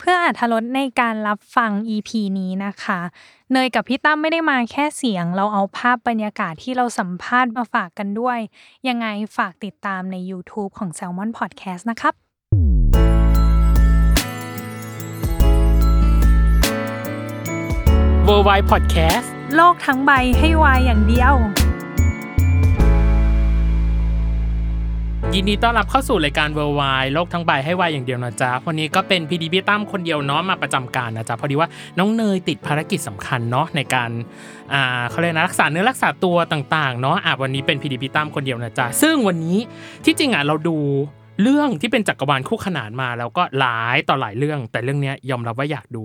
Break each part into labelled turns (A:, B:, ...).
A: เพื่ออาธรสในการรับฟัง EP นี้นะคะ เนยกับพี่ตั้มไม่ได้มาแค่เสียง เราเอาภาพบรรยากาศที่เราสัมภาษณ์มาฝากกันด้วย ยังไงฝากติดตามใน YouTube ของ Salmon Podcast นะครับ
B: w o r l d w i d e Podcast
A: โลกทั้งใบให้วายอย่างเดียว
B: ยินดีต้อนรับเข้าสู่รายการ w o r l d w i d e โลกทั้งใบให้วายอย่างเดียวนะจ๊ะ วันนี้ก็เป็นพีดีพี่ตั้มคนเดียวเนาะมาประจำการนะจ๊ะ พอดีว่าน้องเนยติดภารกิจสำคัญเนาะในการอ่าเขาเรียกนะรักษาเนื้อรักษาตัวต่างๆเนาะอ่ะวันนี้เป็นพีดีพี่ตั้มคนเดียวนะจ๊ะ ซึ่งวันนี้ที่จริงอ่ะเราดูเรื่องที่เป็นจักรวาลคู่ขนานมา แล้วก็หลายต่อหลายเรื่อง แต่เรื่องเนี้ยยอมรับว่าอยากดู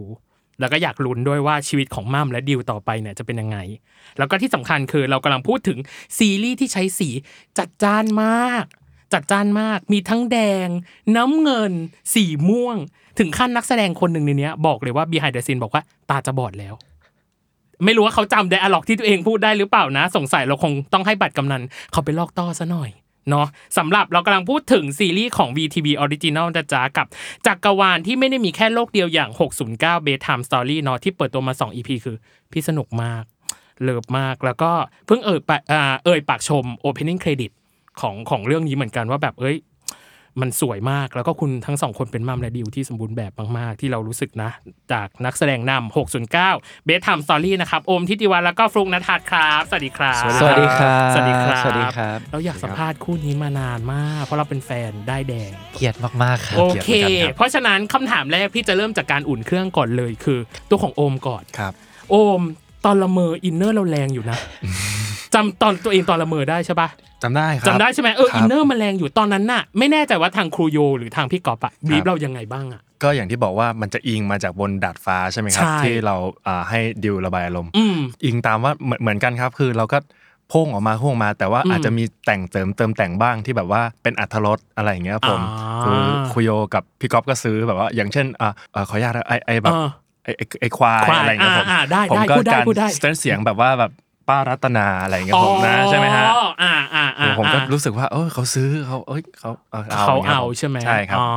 B: แล้วก็อยากลุ้นด้วยว่าชีวิตของมั่มและดิวต่อไปเนี่ยจะเป็นยังไง แล้วก็ที่สำคัญคือเรากำลังพูดถึงซีรีส์ที่ใช้สีจัดจ้านมาก จัดจ้านมาก มีทั้งแดง น้ำเงิน สีม่วง ถึงขั้นนักแสดงคนหนึ่งในเนี้ยบอกเลยว่า behind the scene บอกว่าตาจะบอดแล้ว ไม่รู้ว่าเขาจำไดอะล็อกที่ตัวเองพูดได้หรือเปล่านะ สงสัยเราคงต้องให้บัตรกำนันเขาไปลอกต้อซะหน่อย เนาะสำหรับเรากำลังพูดถึงซีรีส์ของ VTV Original นะจ๊ะกับจักรวาลที่ไม่ได้มีแค่โลกเดียวอย่าง 609 Bedtime Story เนาะที่เปิดตัวมา 2 EP คือ พี่สนุกมาก เลิฟมากแล้วก็เพิ่งเอ่ยปากอ่าเอ่ยปากชม Opening Credit ของของเรื่องนี้เหมือนกันว่าแบบเอ้ย มันสวยมากแล้วก็คุณทั้งสองคนเป็นมัมและดิวที่สมบูรณ์แบบมาก ๆ ที่เรารู้สึกนะ จากนักแสดงนำ609 เบสท i ม e สตอรี่นะครับ โอมทิติวันแล้วก็ฟลุกนัทัศน์ครับ สวัสดีครับ
C: สวัสดีครับ
B: สวัสดีครับ
C: สวัสดีครับ
B: เราอยากสัมภาษณ์คู่นี้มานานมาก เพราะเราเป็นแฟนได้แดง
C: เกลียดมาก ๆ ครับ
B: โอเค
C: กลียดหมืนกัน
B: เพราะฉะนั้นคำถามแรกพี่จะเริ่มจากการอุ่นเครื่องก่อนเลยคือ ตัวของโอมก่อน
C: ครับ
B: โอมตอนละเมออินเนอร์เราแรงอยู่ นะจำตอนตัวเองตอนละเมอได้ใช่ปะ
C: จำได้ครับ
B: จำได้ใช่ไหมเออ
C: ค
B: อิ
C: รั
B: น
C: บ
B: เนอร์มันแรงอยู่ตอนนั้นน่ะ ไม่แน่ใจว่าทางครูโยหรือทางพี่กอบอะบีบเรายังไงบ้างอะ
C: ก็อย่างที่บอกว่ามันจะอิงมาจากบนดาดฟ้าใช่ไหมครับ
B: ใช่
C: ที่เราอ่าให้ดิวระบายอารมณ์
B: อืม
C: อิงตามว่าเหมือนเหมือนกันครับ คือเราก็พุ่งออกมาพุ่งมา แต่ว่า
B: อืม
C: อาจจะมีแต่งเติมเติมแต่งบ้างที่แบบว่าเป็นอัธรสอะไรอย่างเงี้ยครับผม
B: อ่า
C: คือคุยโยกับพี่ก๊อฟก็ซื้อแบบว่า อย่างเช่นอ่าเอ่อขออนุญาตนะไอไอแบบ
B: เออ
C: ไอไอ้ไอควาย
B: ควาย
C: อะไรอย่างเงี้ยผม
B: อ่าอ่าได้
C: ผม
B: ได้
C: ก็
B: พูดได้
C: การ
B: พูดได้
C: สเตนเสียงแบบว่าแบบป้ารัตนาอะไรอย่างเงี้ยผมนะใช่ไหมฮะ
B: อ๋ออ่าอ่าอ่า
C: ผมก็รู้สึกว่าเออเขาซื้อเขาเอ้ยเขาเอา
B: เขา
C: ย่งงี้ย
B: เอา
C: ผม
B: ใช่ไหม
C: ใช่ครับ
B: อ๋อ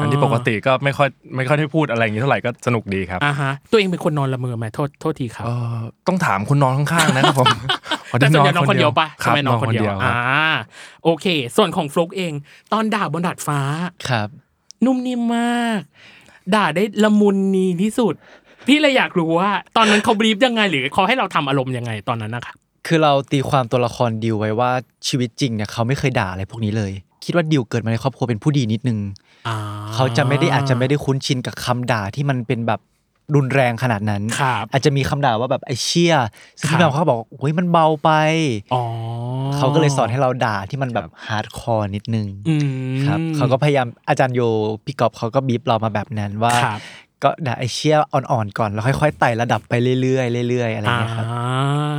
C: ทั้งที่ปกติก็ไม่ค่อยไม่ค่อยได้พูดอะไรอย่างนี้เท่าไหร่ก็สนุกดีครับ
B: อ่าฮะตัวเองเป็นคนนอนละเมอไหมโทษโทษทีครับ
C: เออต้องถามคนนอนข้างๆนะครับผมพ
B: แต่
C: ได้
B: ส่วนใหญ่นอนคนเดียวปะ
C: ครั
B: ใช่ไห
C: บ
B: มนอนคนเดียว
C: ครับ
B: อ่าโอเค ส่วนของฟลุกเอง ตอนด่าบนดาดฟ้า
D: ครับ
B: นุ่มนิ่มมาก ด่าได้ละมุนนีที่สุด พี่เลยอยากรู้ว่า ตอนนั้นเขาบีบยังไง หรือเขาให้เราทำอารมณ์ยังไงตอนนั้นนะคะ
D: คือเราตีความตัวละครดิวไว้ว่าชีวิตจริงเนี่ยเขาไม่เคยด่าอะไรพวกนี้เลย คิดว่าดิวเกิดมาในครอบครัวเป็นผู้ดีนิดนึง
B: อ่
D: เขาจะไม่ได้อาจจะไม่ได้คุ้นชินกับคำด่าที่มันเป็นแบบรุนแรงขนาดนั้น
B: ครับ
D: อาจจะมีคำด่าว่าแบบไอ้เชี่ยซึ่ง
B: ครับ
D: พี่แมวเขาบอกเฮ้ยมันเบาไป
B: อ๋อ
D: เขาก็เลยสอนให้เราด่าที่มันแบบฮาร์ดคอร์นิดนึง
B: อืม
D: ครับเขาก็พยายามอาจารย์โยพี่กอบเขาก็บีบเรามาแบบนั้นว่า
B: ครับ
D: ก็ด่าไอ้เชี่ยอ่อนๆก่อนแล้วค่อยๆไต่ระดับไปเรื่อยๆเรื่อยๆอะไรอย่างเงี้ยครับ
B: อ่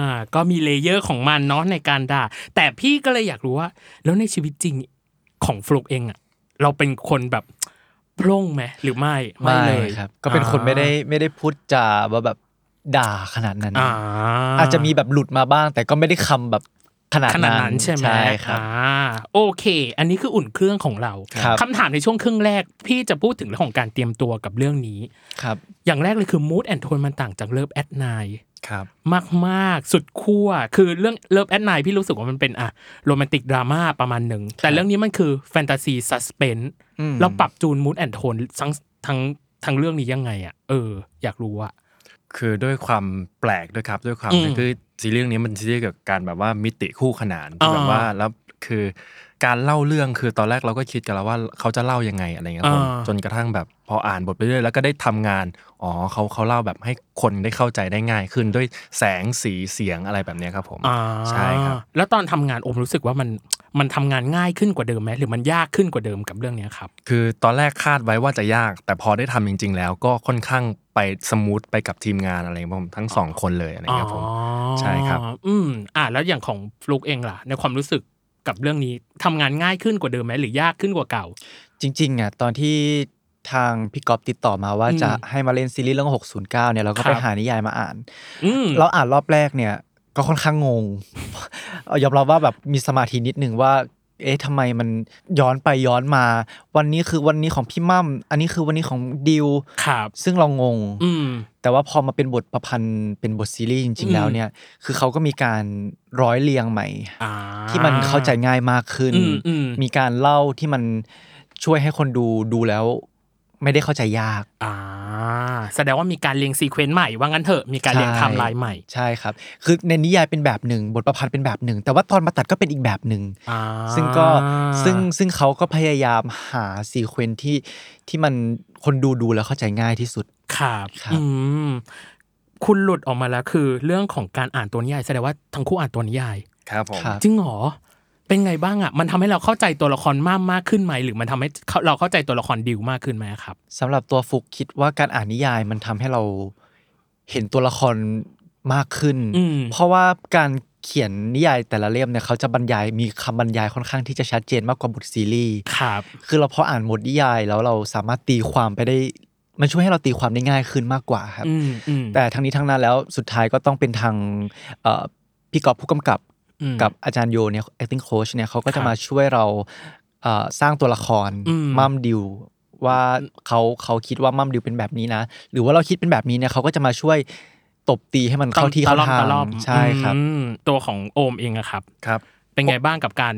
B: าก็มีเลเยอร์ของมันเนาะในการด่า แต่พี่ก็เลยอยากรู้ว่า แล้วในชีวิตจริงของฟลุกเองอะเราเป็นคนแบบโปร่งไหมหรือไม่
D: ไม่
B: เล
D: เลย ยครับ ก็เป็นคนไม่ได้ไม่ได้พูดจาว่าแบบด่าขนาดนั้น
B: อ่า
D: อาจจะมีแบบหลุดมาบ้าง แต่ก็ไม่ได้คำแบบ ขนาด
B: ขนาดนั้นใช่ไหม
D: ใช่ครับ
B: อ่าโอเค อันนี้คืออุ่นเครื่องของเรา
D: ครับ
B: คำถามในช่วงครึ่งแรก พี่จะพูดถึงเรื่องของการเตรียมตัวกับเรื่องนี้
D: ครับ
B: อย่างแรกเลยคือ mood and tone มันต่างจากเลิฟแอดไน
C: ครับ
B: มากๆ สุดขั้วคือเรื่องเลิฟแอดไนพี่รู้สึกว่ามันเป็นอะโรแมนติกดราม่าประมาณหนึ่ง แต่เรื่องนี้มันคือแฟนตาซีซัสเพน
D: อืม
B: เราปรับจูน mood and tone ทั้งทั้งทั้งเรื่องนี้ยังไงอะเออ อยากรู้อะ
C: คือด้วยความแปลกด้วยครับด้วยความ
B: อืม
C: คือซีรีส์เรื่องนี้มันซีรีส์เกี่ยวกับการแบบว่ามิติคู่ขนานที่
B: อ่า
C: แบบว่าแล้วคือการเล่าเรื่องคือตอนแรกเราก็คิดกันแล้วว่าเขาจะเล่ายังไงอะไรเงี้ยผม
B: อ่า
C: จนกระทั่งแบบพออ่านบทไปเรื่อยแล้วก็ได้ทำงานอ๋อเขาเขาเล่าแบบให้คนได้เข้าใจได้ง่ายขึ้นด้วยแสงสีเสียงอะไรแบบเนี้ยครับผม
B: อ่า
C: ใช่ครับ
B: แล้วตอนทำงานโอมรู้สึกว่ามันมันทำงานง่ายขึ้นกว่าเดิมไหมหรือมันยากขึ้นกว่าเดิมกับเรื่องเนี้ยครับ
C: คือตอนแรกคาดไว้ว่าจะยาก แต่พอได้ทำจริง ๆ แล้วก็ค่อนข้างไปสมูทไปกับทีมงานอะไรครับผมทั้งสองคนเลยอะไรเงี้ยครับผม
B: อ๋อ
C: ใช่ครับ
B: อืมอ่าแล้วอย่างของฟลุกเองล่ะ ในความรู้สึกกับเรื่องนี้ทำงานง่ายขึ้นกว่าเดิมไหมหรือยากขึ้นกว่าเก่า
D: จริงๆอ่ะตอนที่ทางพี่ก๊อฟติดต่อมาว่า
B: อืม
D: จะให้มาเล่นซีรีส์เรื่อง 609 เนี่ยเราก็
B: ครับ
D: ไปหานิยายมาอ่าน
B: อืม
D: เราอ่านรอบแรกเนี่ยก็ค่อนข้างง ง เอายอมรับว่าแบบมีสมาธินิดนึงว่า เอ๊ะทำไมมันย้อนไปย้อนมา วันนี้คือวันนี้ของพี่มั่มอันนี้คือวันนี้ของดิว
B: ครับ
D: ซึ่งเรางง
B: อืม
D: แต่ว่าพอมาเป็นบทประพันธ์เป็นบทซีรีส์จริง ๆ แล้วเนี่ย คือเขาก็มีการร้อยเรียงใหม่
B: อ่า
D: ที่มันเข้าใจง่ายมากขึ้น
B: อืมอืม
D: มีการเล่าที่มันช่วยให้คนดูดูแล้ว ไม่ได้เข้าใจยาก
B: อ่า แสดงว่ามีการเรียงซีเควนต์ใหม่ว่างั้นเถอะมีการเรียงไทม์ไลน์ใหม่
D: ใช่ครับ คือในนิยายเป็นแบบหนึ่ง บทประพันธ์เป็นแบบหนึ่ง แต่ว่าตอนมาตัดก็เป็นอีกแบบหนึ่ง
B: อ่า
D: ซึ่งก็ซึ่งซึ่งเขาก็พยายามหาซีเควนซ์ที่ที่มันคนดูดูแล้วเข้าใจง่ายที่สุด
B: ครับ
D: ครับ
B: อืมคุณหลุดออกมาแล้วคือ เรื่องของการอ่านตัวนิยายแสดงว่าทั้งคู่อ่านตัวนิยาย
C: ครับผม
D: ครับ
B: จริงเหรอ เป็นไงบ้างอ่ะ มันทำให้เราเข้าใจตัวละครมากมากขึ้นไหม หรือมันทำให้เขาเราเข้าใจตัวละครดิวมากขึ้นไหมครับ
D: สำหรับตัวฟุกคิดว่าการอ่านนิยายมันทำให้เราเห็นตัวละครมากขึ้น
B: อืม
D: เพราะว่าการเขียนนิยายแต่ละเล่มเนี่ยเขาจะบรรยายมีคำบรรยายค่อนข้างที่จะชัดเจนมากกว่าบทซีรีส์
B: ครับ
D: คือเราพออ่านบทนิยายแล้วเราสามารถตีความไปได้ มันช่วยให้เราตีความได้ง่ายขึ้นมากกว่าครับ
B: อืมอืม
D: แต่ทั้งนี้ทั้งนั้นแล้วสุดท้ายก็ต้องเป็นทางเอ่อพี่กอบผู้กำกับ
B: อืม
D: กับอาจารย์โยเนี่ย acting coach เนี่ยเขา
B: ค
D: ก็
B: รั
D: จะ
B: บ
D: มาช่วยเราเอ่อสร้างตัวละคร
B: อืม
D: มัมดิวว่าเขาเขาคิดว่ามัมดิวเป็นแบบนี้นะ หรือว่าเราคิดเป็นแบบนี้เนี่ยเขาก็จะมาช่วยตบตีให้มันเข้าที่
B: ตะ
D: เข้า
B: ล่อม
D: ทาง
B: ตะล่อม
D: ใช่ครับ
B: อืมตัวของโอมเองอะครับ
C: ครับ
B: เป็นไงบ้างกับการ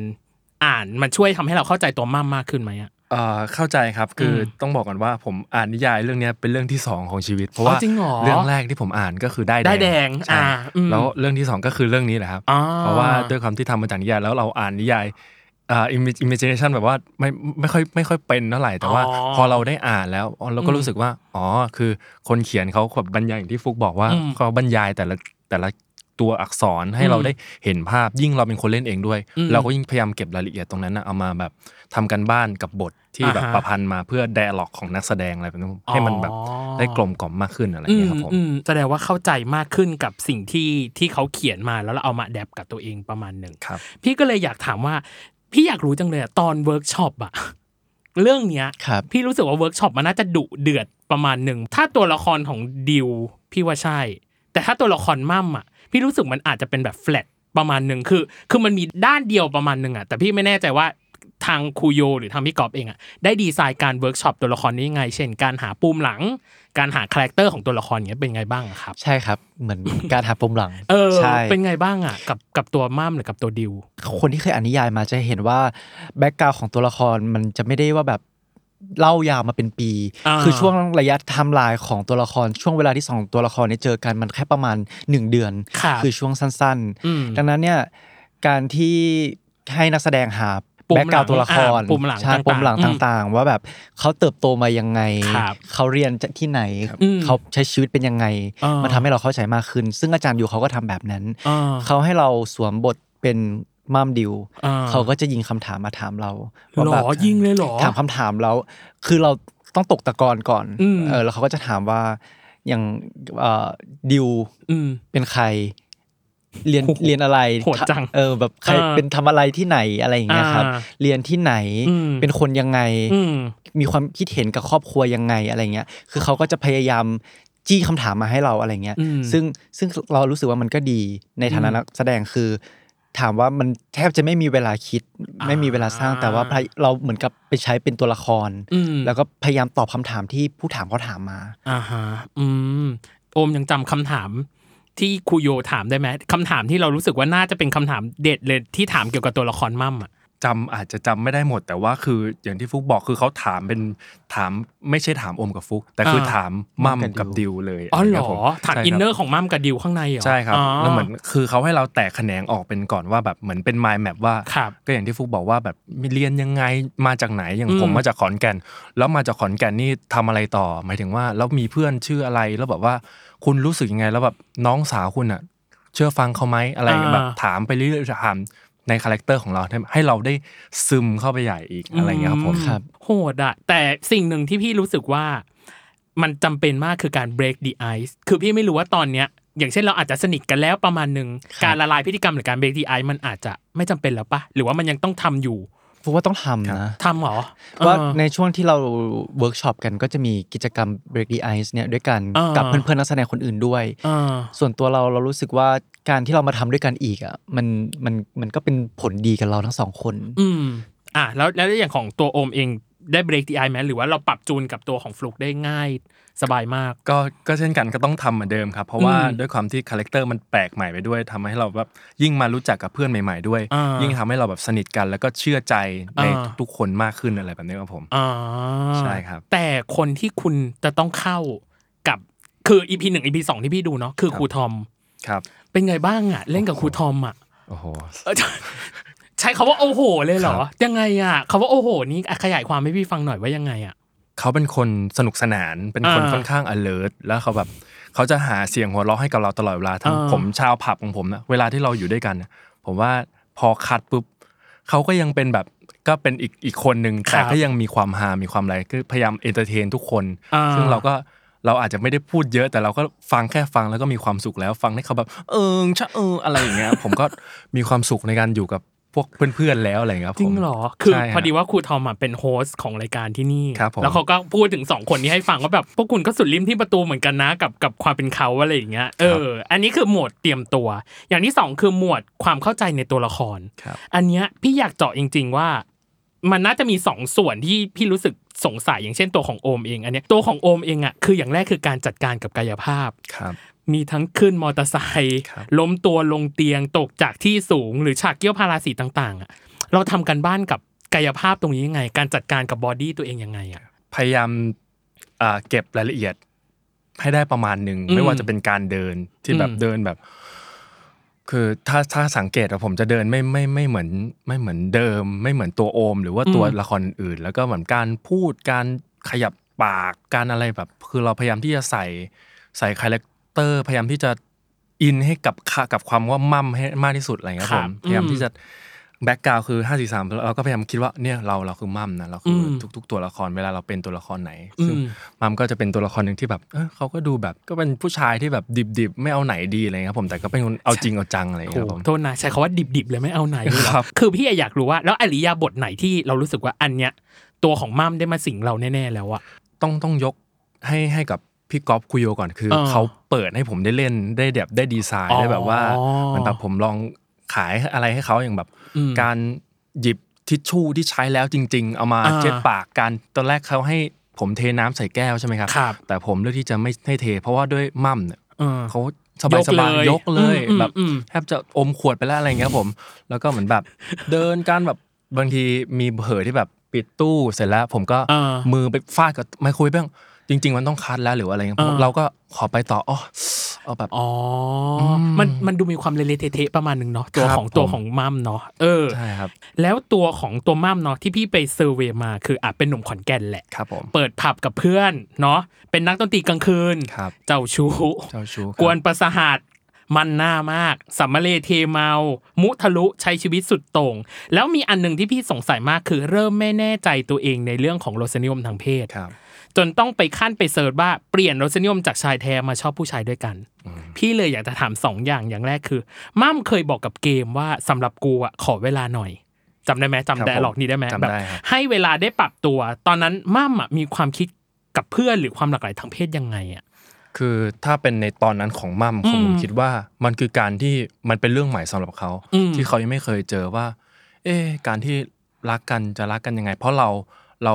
B: อ่านมันช่วยทำให้เราเข้าใจตัวมากมากขึ้นไหมอ่ะ
C: เอ่อเข้าใจครับคืออ
B: ม
C: ต้องบอกก่อนว่าผมอ่านนิยายเรื่องเนี้ยเป็นเรื่องที่สองของชีวิต เพราะว่า
B: อ๋อจริงเหรอ
C: เรื่องแรกที่ผมอ่านก็คือได้
B: ได้แดง
C: ใช่
B: อ่าอืม
C: แล้วเรื่องที่สองก็คือเรื่องนี้แหละครับ
B: อ๋อ
C: เพราะว่าด้วยความที่ทำมาจากนิยายแล้วเราอ่านนิยายอ่าอิมเมจิเนชันแบบว่าไม่ไม่ค่อยไม่ค่อยเป็นเท่าไหร่แต่ว่า
B: อ๋อ
C: พอเราได้อ่านแล้วเราก็รู้สึกว่าอ๋อคือคนเขียนเขาแบบบรรยายอย่างที่ฟุกบอกว่า
B: อืม
C: เขาบรรยายแต่ละแต่ละตัวอักษรให้เรา
B: อืม
C: ได้เห็นภาพยิ่งเราเป็นคนเล่นเองด้วย
B: อืม
C: เราก็ยิ่งพยายามเก็บรายละเอียดตรงนั้นนะเอามาแบบทำกันบ้านกับบท ที่แบบ
B: อ่าฮะ
C: ประพันธ์มาเพื่อ d ด a l ล็อกของนักแสดงอะไรแบบนี้ให้มันแบบได้กลมกล่อมมากขึ้นอะไรอย่างเงี้ยครับผม
B: อืมอืมแสดงว่าเข้าใจมากขึ้นกับสิ่งที่ที่เขาเขียนมาแล้วเราเอามาแดบกับตัวเองประมาณหนึ่ง
C: ครับ
B: พี่ก็เลยอยากถามว่า พี่อยากรู้จังเลยอะตอนเวิร์กช็อปอะ เรื่องเนี้ย
D: ครับ
B: พี่รู้สึกว่าเวิร์กช็อปมันน่าจะดุเดือดประมาณหนึ่ง ถ้าตัวละครของดิวพี่ว่าใช่ แต่ถ้าตัวละครมั่มอ่ะ พี่รู้สึกมันอาจจะเป็นแบบแฟลตประมาณหนึ่งคือ คือมันมีด้านเดียวประมาณหนึ่งอ่ะ แต่พี่ไม่แน่ใจว่าทางครูโยหรือทางพี่กอบเองอ่ะ ได้ดีไซน์การเวิร์กช็อปตัวละครนี้ยังไง เช่น การหาปูมหลัง การหาคาแรคเตอร์ของตัวละครเนี้ยเป็นไงบ้างอะครับ
D: ใช่ครับเหมือน การหาปมหลัง
B: เออ
D: ใช่
B: เป็นไงบ้างอ่ะ กับกับตัวมั่มหรือกับตัวดิว
D: คนที่เคยอ่านนิยายมาจะเห็นว่าแบ็กกราวของตัวละครมันจะไม่ได้ว่าแบบเล่ายาวมาเป็นปี
B: อ่า
D: คือช่วงระยะไทำลายของตัวละครช่วงเวลาที่สองตัวละครเนี่ยเจอกันมันแค่ประมาณ 1 เดือน
B: ครับ
D: อช่วงสั้น
B: อืม
D: ดังนั้นเนี่ยการที่ให้นักแสดงหา
B: ปมหลัง
D: แบ็กกราวตัวละคร
B: อ่าปมหลัง
D: ใช่
B: ต่างๆ
D: ปมหลัง
B: อืม
D: ต่างๆ ว่าแบบเขาเติบโตมายังไง
B: ครับ
D: เขาเรียนจากที่ไหน
B: อืม
D: เขาใช้ชีวิตเป็นยังไง
B: อ่ามั
D: มันทำให้เราเข้าใจมากขึ้น ซึ่งอาจารย์อยู่เขาก็ทำแบบนั้น
B: อ่า
D: เขาให้เราสวมบทเป็นมัมดิว
B: อ่า
D: เขาก็จะยิงคำถามมาถามเรา
B: หรอ
D: ว่าแบบ
B: ยิงเลยเหรอ
D: ถามคำถามเรา คือเราต้องตกตะกอนก่อน
B: อืม
D: เออ แล้วเขาก็จะถามว่า อย่างเอ่อดิว
B: อืม
D: เป็นใคร เรียน
B: โอ้โห
D: เรียนอะไร
B: โหดจัง
D: เออ แบบใคร
B: อ่า
D: เป็นทำอะไรที่ไหนอะไรอย่างเงี้ยครับ
B: อ่า
D: เรียนที่ไหน
B: อืม
D: เป็นคนยังไง
B: อืม
D: มีความคิดเห็นกับครอบครัวยังไงอะไรเงี้ย คือเขาก็จะพยายามจี้คำถามมาให้เราอะไรเงี้ย
B: อืม
D: ซึ่งซึ่งเรารู้สึกว่ามันก็ดีในฐานะ
B: อืม
D: นักแสดงคือ ถามว่ามันแทบจะไม่มีเวลาคิด ไม่มีเวลาสร้างแต่ว่าพยเราเหมือนกับไปใช้เป็นตัวละคร
B: อืม
D: แล้วก็พยายามตอบคำถามที่ผู้ถามเขาถามมา
B: อ่าฮะอืมโอมยังจำคำถาม ที่ครูโยถามได้ไหมคำถามที่เรารู้สึกว่าน่าจะเป็นคำถามเด็ดเลยที่ถามเกี่ยวกับตัวละครมั่มอ่ะ
C: จำอาจจะจำไม่ได้หมด แต่ว่าคืออย่างที่ฟุกบอกคือเขาถามเป็นถามไม่ใช่ถามอมกับฟุก แต่คือ
B: อ่า
C: ถามมั่ม
D: มั่มกั
C: กับบ
D: ดิ
C: ดิว
D: ว
C: เลย
B: อ๋อเหรอ
C: ะไย่งงี้ยผม
B: ถาม
C: ใช่คบ
B: อินเนอร์ของมั่มกับดิวข้างในเหรอ
C: ใช่ครับ
B: อ๋อ
C: แล้วเหมือนคือเขาให้เราแตกแขนงออกเป็นก่อนว่าแบบเหมือนเป็นไมล์แมปว่า
B: ครับ
C: ก็อย่างที่ฟุกบอกว่าแบบมีเรียนยังไงมาจากไหนอย่างผม
B: อืม
C: มาจากขอนแก่น แล้วมาจากขอนแก่นนี่ทำอะไรต่อ หมายถึงว่าแล้วมีเพื่อนชื่ออะไรแล้วแบบว่าคุณรู้สึกยังไงแล้วแบบน้องสาวคุณอ่ะ เชื่อฟังเขาไหมอะไรแบบถามไปเรื่อยๆถามในคาแรคเตอร์ของเราให้ให้เราได้ซึมเข้าไปใหญ่อีกอะไรอย่างเงี้ยครับผม
D: ครับ
B: โหดอะแต่สิ่งหนึ่งที่พี่รู้สึกว่ามันจำเป็นมากคือการ break the ice คือพี่ไม่รู้ว่าตอนเนี้ย อย่างเช่นเราอาจจะสนิทกันแล้วประมาณหนึ่ง
D: ครับ
B: การละลายพฤติกรรมหรือการ break the ice มันอาจจะไม่จำเป็นแล้วปะหรือว่ามันยังต้องทำอยู่
D: ผมว่าต้องทำนะ
B: ทำเหรอ
D: ว่า
B: เออ
D: ในช่วงที่เราเวิร์กช็อปกันก็จะมีกิจกรรม break the ice เนี่ยด้วยกัน
B: อ่ากั
D: กับเพื่อนๆนักแสดงคนอื่นด้วย
B: เออ
D: ส่วนตัวเราเรารู้สึกว่าการที่เรามาทำด้วยกันอีกอ่ะมันมันมันก็เป็นผลดีกับเราทั้งสองคน
B: อืม อ่ะแล้วแล้วอย่างของตัวโอมเองได้ break the ice ไหมหรือว่าเราปรับจูนกับตัวของฟลุกได้ง่ายสบายมาก
C: ก็ก็เช่นกันก็ต้องทำเหมือนเดิมครับ เพราะว่า
B: อืม
C: ด้วยความที่คาแรคเตอร์มันแปลกใหม่ไปด้วยทำให้เราแบบยิ่งมารู้จักกับเพื่อนใหม่ ๆ ด้วย
B: อ่ายิ่
C: ยิ่งทำให้เราแบบสนิทกันแล้วก็เชื่อใจใน
B: อ่า
C: ทุกคนมากขึ้นอะไรแบบนี้ครับผม
B: อ่า
C: ใช่ครับ
B: แต่คนที่คุณจะต้องเข้ากับคือ EP หนึ่ง EP สองที่พี่ดูเนาะคือครูทอม
C: ครับ
B: เป็นไงบ้างอ่ะ เล่นกับครูทอมอ่ะ
C: โอ้โห
B: เออใช้คาว่าโอ้โห เลยเหรอ
C: ครับ
B: ยังไงอ่ะคาว่าโอ้โห นี่อ่ะขยายความให้พี่ฟังหน่อยว่ายังไงอ่ะ
C: เขาเป็นคนสนุกสนานเป็นคน
B: อ่า
C: ค่อนข้าง alert แล้วเขาแบบเขาจะหาเสียงหัวเราะให้กับเราตลอดเวลาทั้ง
B: อ่า
C: ผมชาวผับของผมนะเวลาที่เราอยู่ด้วยกันน่ะผมว่าพอคัดปุ๊บเขาก็ยังเป็นแบบก็เป็นอีกอีกคนหนึ่งแต่ก็ยังมีความฮามีความอะไรคือพยายามเอนเตอร์เทนทุกคน
B: อ่
C: ซึ่งเราก็เราอาจจะไม่ได้พูดเยอะแต่เราก็ฟังแค่ฟังแล้วก็มีความสุขแล้ว ฟังให้เขาแบบเอิงชะเอิงอะไรอย่างเงี้ย ผมก็มีความสุขในการอยู่กับพวกเพื่อนๆแล้วอะไรอย่างเงี้ยคบ
B: จริง
C: ผม
B: เหรอ คือ
C: ใช่ฮะ
B: พอดีว่าครูทอมอ่ะเป็นโฮสต์ของรายการที่นี่
C: ครับผม
B: แล้วเขาก็พูดถึงสองคนนี้ให้ฟังว่าแบบพวกคุณก็สุดริมที่ประตูเหมือนกันนะกับกับความเป็นเขาอะไรอย่างเงี้ย เออ อันนี้คือหมวดเตรียมตัว อย่างที่สองคือหมวดความเข้าใจในตัวละคร
C: ครับ
B: อันเนี้ยพี่อยากเจาะจริง ๆ ว่า มันน่าจะมีสองส่วนที่พี่รู้สึกสงสัยอย่างเช่นตัวของโอมเองอันเนี้ยตัวของโอมเองอ่ะคืออย่างแรกคือการจัดการกับกายภาพ
C: ครับ
B: มีทั้งขึ้นมอเตอร์ไซค์
C: ครับ
B: ล้มตัวลงเตียงตกจากที่สูง หรือฉากเกี้ยวพาราสีต่าง ๆอ่ะเราทำกันบ้านกับกายภาพตรงนี้ยังไง การจัดการกับบอดี้ตัวเองยังไงอ่ะ
C: พยายามเอ่อเก็บรายละเอียดให้ได้ประมาณหนึ่ง
B: อืม
C: ไม่ว่าจะเป็นการเดินที่แบบ
B: อืม
C: เดินแบบ คือถ้าถ้าสังเกตอะผมจะเดินไม่ไม่ไม่เหมือนไม่เหมือนเดิม ไม่เหมือนตัวโอม หรือว่าตัว
B: อืม
C: ละครอื่น แล้วก็เหมือนการพูดการขยับปากการอะไรแบบ คือเราพยายามที่จะใส่ใส่คาแรคเตอร์ พยายามที่จะอินให้กับค่ะกับความว่ามั่มให้มากที่สุดอะไรเงี้ย
B: ค
C: ผ
B: รับ
C: มพยายาม
B: อืม
C: ที่จะ แบ็กกราวคือห้าสี่สามเราก็พยายามคิดว่าเนี่ยเราเราคือมั่มนะเราคืออ
B: ม
C: ทุก ๆ ตัวละครเวลาเราเป็นตัวละครไหน
B: อื
C: ซึ่ง
B: ม
C: มัมก็จะเป็นตัวละครหนึ่งที่แบบเออเขาก็ดูแบบก็เป็นผู้ชายที่แบบดิบๆ ไม่เอาไหนดีอะไรเงี้ยครับผมแต่ก็เป็นคนเอาจริงเอาจังอะไรเงี้ยครับผม
B: โทษนะใช้คำว่าดิบๆเลยไม่เอาไหนเลยเหรอ
C: ครับ
B: คือพี่อยากรู้ว่า แล้วอริยาบทไหนที่เรารู้สึกว่าอันเนี้ย ตัวของมั่มได้มาสิงเราแน่ๆแล้วอ่ะ
C: ต้องต้องยกให้ให้กับพี่ก๊อฟคุโยก่อนคือ
B: เออ
C: เขาเปิดให้ผมได้เล่นได้แบบได้ดีไซน์ได้แบบว่า
B: อ๋อ
C: เหมันแบบผมลองขายอะไรให้เขาอย่างแบบ
B: อืม
C: การหยิบทิชชู่ที่ใช้แล้วจริง ๆ เอามา
B: อ่า
C: เช็ดปากการตอนแรกเขาให้ผมเทน้ำใส่แก้วใช่ไหมครับ
B: ครับ
C: แต่ผมเลือกที่จะไม่ให้เท เพราะว่าด้วยมั่มเนี่ย
B: เออ
C: เขาสบายสบาย
B: ย
C: ย
B: ก
C: ก
B: เล
C: เลย ย
B: อืม
C: แบบ
B: อืม
C: แทบจะอมขวดไปแล้วอะไรอย่างเงี้ยครับผม แล้วก็เหมือนแบบ เดินการแบบบางทีมีเผลอที่แบบปิดตู้เสร็จแล้ว ผมก็
B: อ่า
C: มือไปฟาดกับไมโครเวฟบ้างจริง ๆ มันต้องคัดแล้วหรืออะไรเงี้ย
B: อ่า
C: เราก็ขอไปต่ออ๋อเอาแบบ
B: อ๋ออ
C: ม
B: มันมันดูมีความเละๆเทะๆประมาณหนึ่งเนาะตัว
C: ครับ
B: ของตัว
C: ผม
B: ของมั่มเนาะเออ
C: ใช่ครับ
B: แล้วตัวของตัวมั่มเนาะที่พี่ไปเซอร์เวย์มาคืออาจเป็นหนุ่มขอนแก่นแหละ
C: ครับผม
B: เปิดผับกับเพื่อนเนาะเป็นนักดนตรีกลางคืน
C: ครับ
B: เจ้าชู้
C: เจ้าชู้ครับ
B: กวนประสหัสมันหน้ามากสัมมาเลเทเมา มุทะลุใช้ชีวิตสุดโต่ง แล้วมีอันหนึ่งที่พี่สงสัยมากคือเริ่มไม่แน่ใจตัวเองในเรื่องของรสนิยมทางเพศ
C: ครับ
B: จนต้องไปขั้นไปเสิร์ชว่าเปลี่ยนรสนิยมจากชายแท้มาชอบผู้ชายด้วยกัน พี่เลยอยากจะถามสองอย่างอย่างแรกคือมั่มเคยบอกกับเกมว่าสำหรับกูอ่ะขอเวลาหน่อยจำได้ไหมจำ
C: ครับ
B: ไดร์ล็อก
C: ผม
B: นี้ได้ไหม
C: จำ
B: แบบ
C: ได้ครับ
B: ให้เวลาได้ปรับตัว ตอนนั้นมั่มอ่ะมีความคิดกับเพื่อนหรือความหลากหลายทางเพศยังไงอ่ะ
C: คือถ้าเป็นในตอนนั้นของมั่ม
B: อื
C: ค
B: ม
C: งคิดว่ามันคือการที่มันเป็นเรื่องใหม่สำหรับเขา
B: อืม
C: ที่เขายังไม่เคยเจอว่า เอ๊ะการที่รักกันจะรักกันยังไง เพราะเราเรา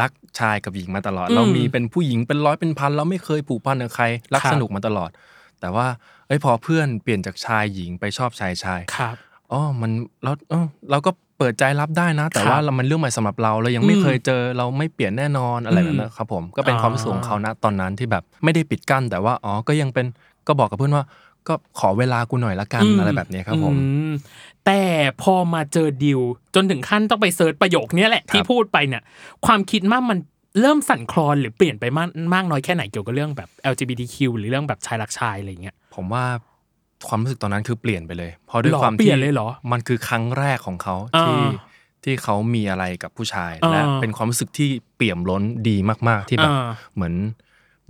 C: รักชายกับหญิงมาตลอด เรามีเป็นผู้หญิงเป็นร้อยเป็นพันเราไม่เคยผูกพันกับใคร รักสนุกมาตลอด แต่ว่าเอ้ยพอเพื่อนเปลี่ยนจากชายหญิงไปชอบชายชาย
B: ครับ
C: อ๋อ มันเราเอ้าเราก็เปิดใจรับได้นะ แต่
B: ครับ
C: ว่าเรามันเรื่องใหม่สำหรับเรา เรายังไม่
B: อืม
C: เคยเจอ เราไม่เปลี่ยนแน่นอนอะไร
B: อืม
C: แบบนั้นครับผม ก็เป็นความรู้สึกของเขานะตอนนั้นที่แบบไม่ได้ปิดกั้น แต่ว่า อ๋อ ก็ยังเป็น ก็บอกกับเพื่อนว่า ก็ขอเวลากูหน่อยละกัน
B: อืม
C: อะไรแบบนี้ครับผม
B: อืมแต่พอมาเจอดิว จนถึงขั้นต้องไปเซิร์ชประโยคเนี้ยแหละที่พูดไปเนี่ยความคิดมั่มมันเริ่มสั่นคลอนหรือเปลี่ยนไปมากมากน้อยแค่ไหนเกี่ยวกับเรื่องแบบ LGBTQ หรือเรื่องแบบชายรักชายอะไรเงี้ย
C: ผมว่าความรู้สึกตอนนั้นคือเปลี่ยนไปเลย เพราะด้วย
B: หรอ
C: ความ
B: เปลี่
C: ที่
B: ยนเลยเหรอ
C: มันคือครั้งแรกของเขา
B: อ่า
C: ที่ที่เขามีอะไรกับผู้ชาย
B: อ่า
C: และเป็นความรู้สึกที่เปี่ยมล้นดีมาก ๆ ที่แบบ
B: อ่า
C: เหมือน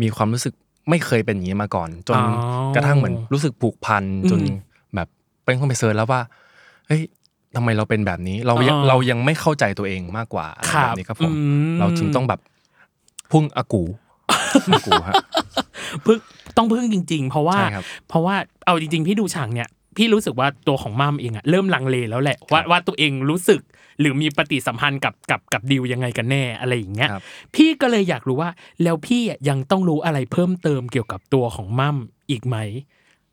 C: มีความรู้สึกไม่เคยเป็นอย่างนี้มาก่อน จน
B: อ๋อก
C: ระทั่งเหมือนรู้สึกผูกพัน
B: อืม
C: จนแบบเป็นคนไปเซิร์ชแล้วว่าเฮ้ยทำไมเราเป็นแบบนี้เรายัง
B: อ่า
C: เรายังไม่เข้าใจตัวเองมากกว่าอะไร
B: ครับ
C: แบบนี้ครับผม
B: อืม
C: เราจึงต้องแบบพุ่งอากูอากู ฮะ
B: พึ่งต้องพึ่งจริง ๆ เพราะว่า
C: ใช่ครับ
B: เพราะว่าเอาจริง ๆ พี่ดูฉากเนี่ยพี่รู้สึกว่าตัวของมัมเองอะเริ่มลังเลแล้วแหละว่าว่าตัวเองรู้สึกหรือมีปฏิสัมพันธ์กับกับกับดิวยังไงกันแน่อะไรอย่างเงี้ย
C: ครับ
B: พี่ก็เลยอยากรู้ว่าแล้วพี่อะยังต้องรู้อะไรเพิ่มเติมเกี่ยวกับตัวของมัมอีกไหม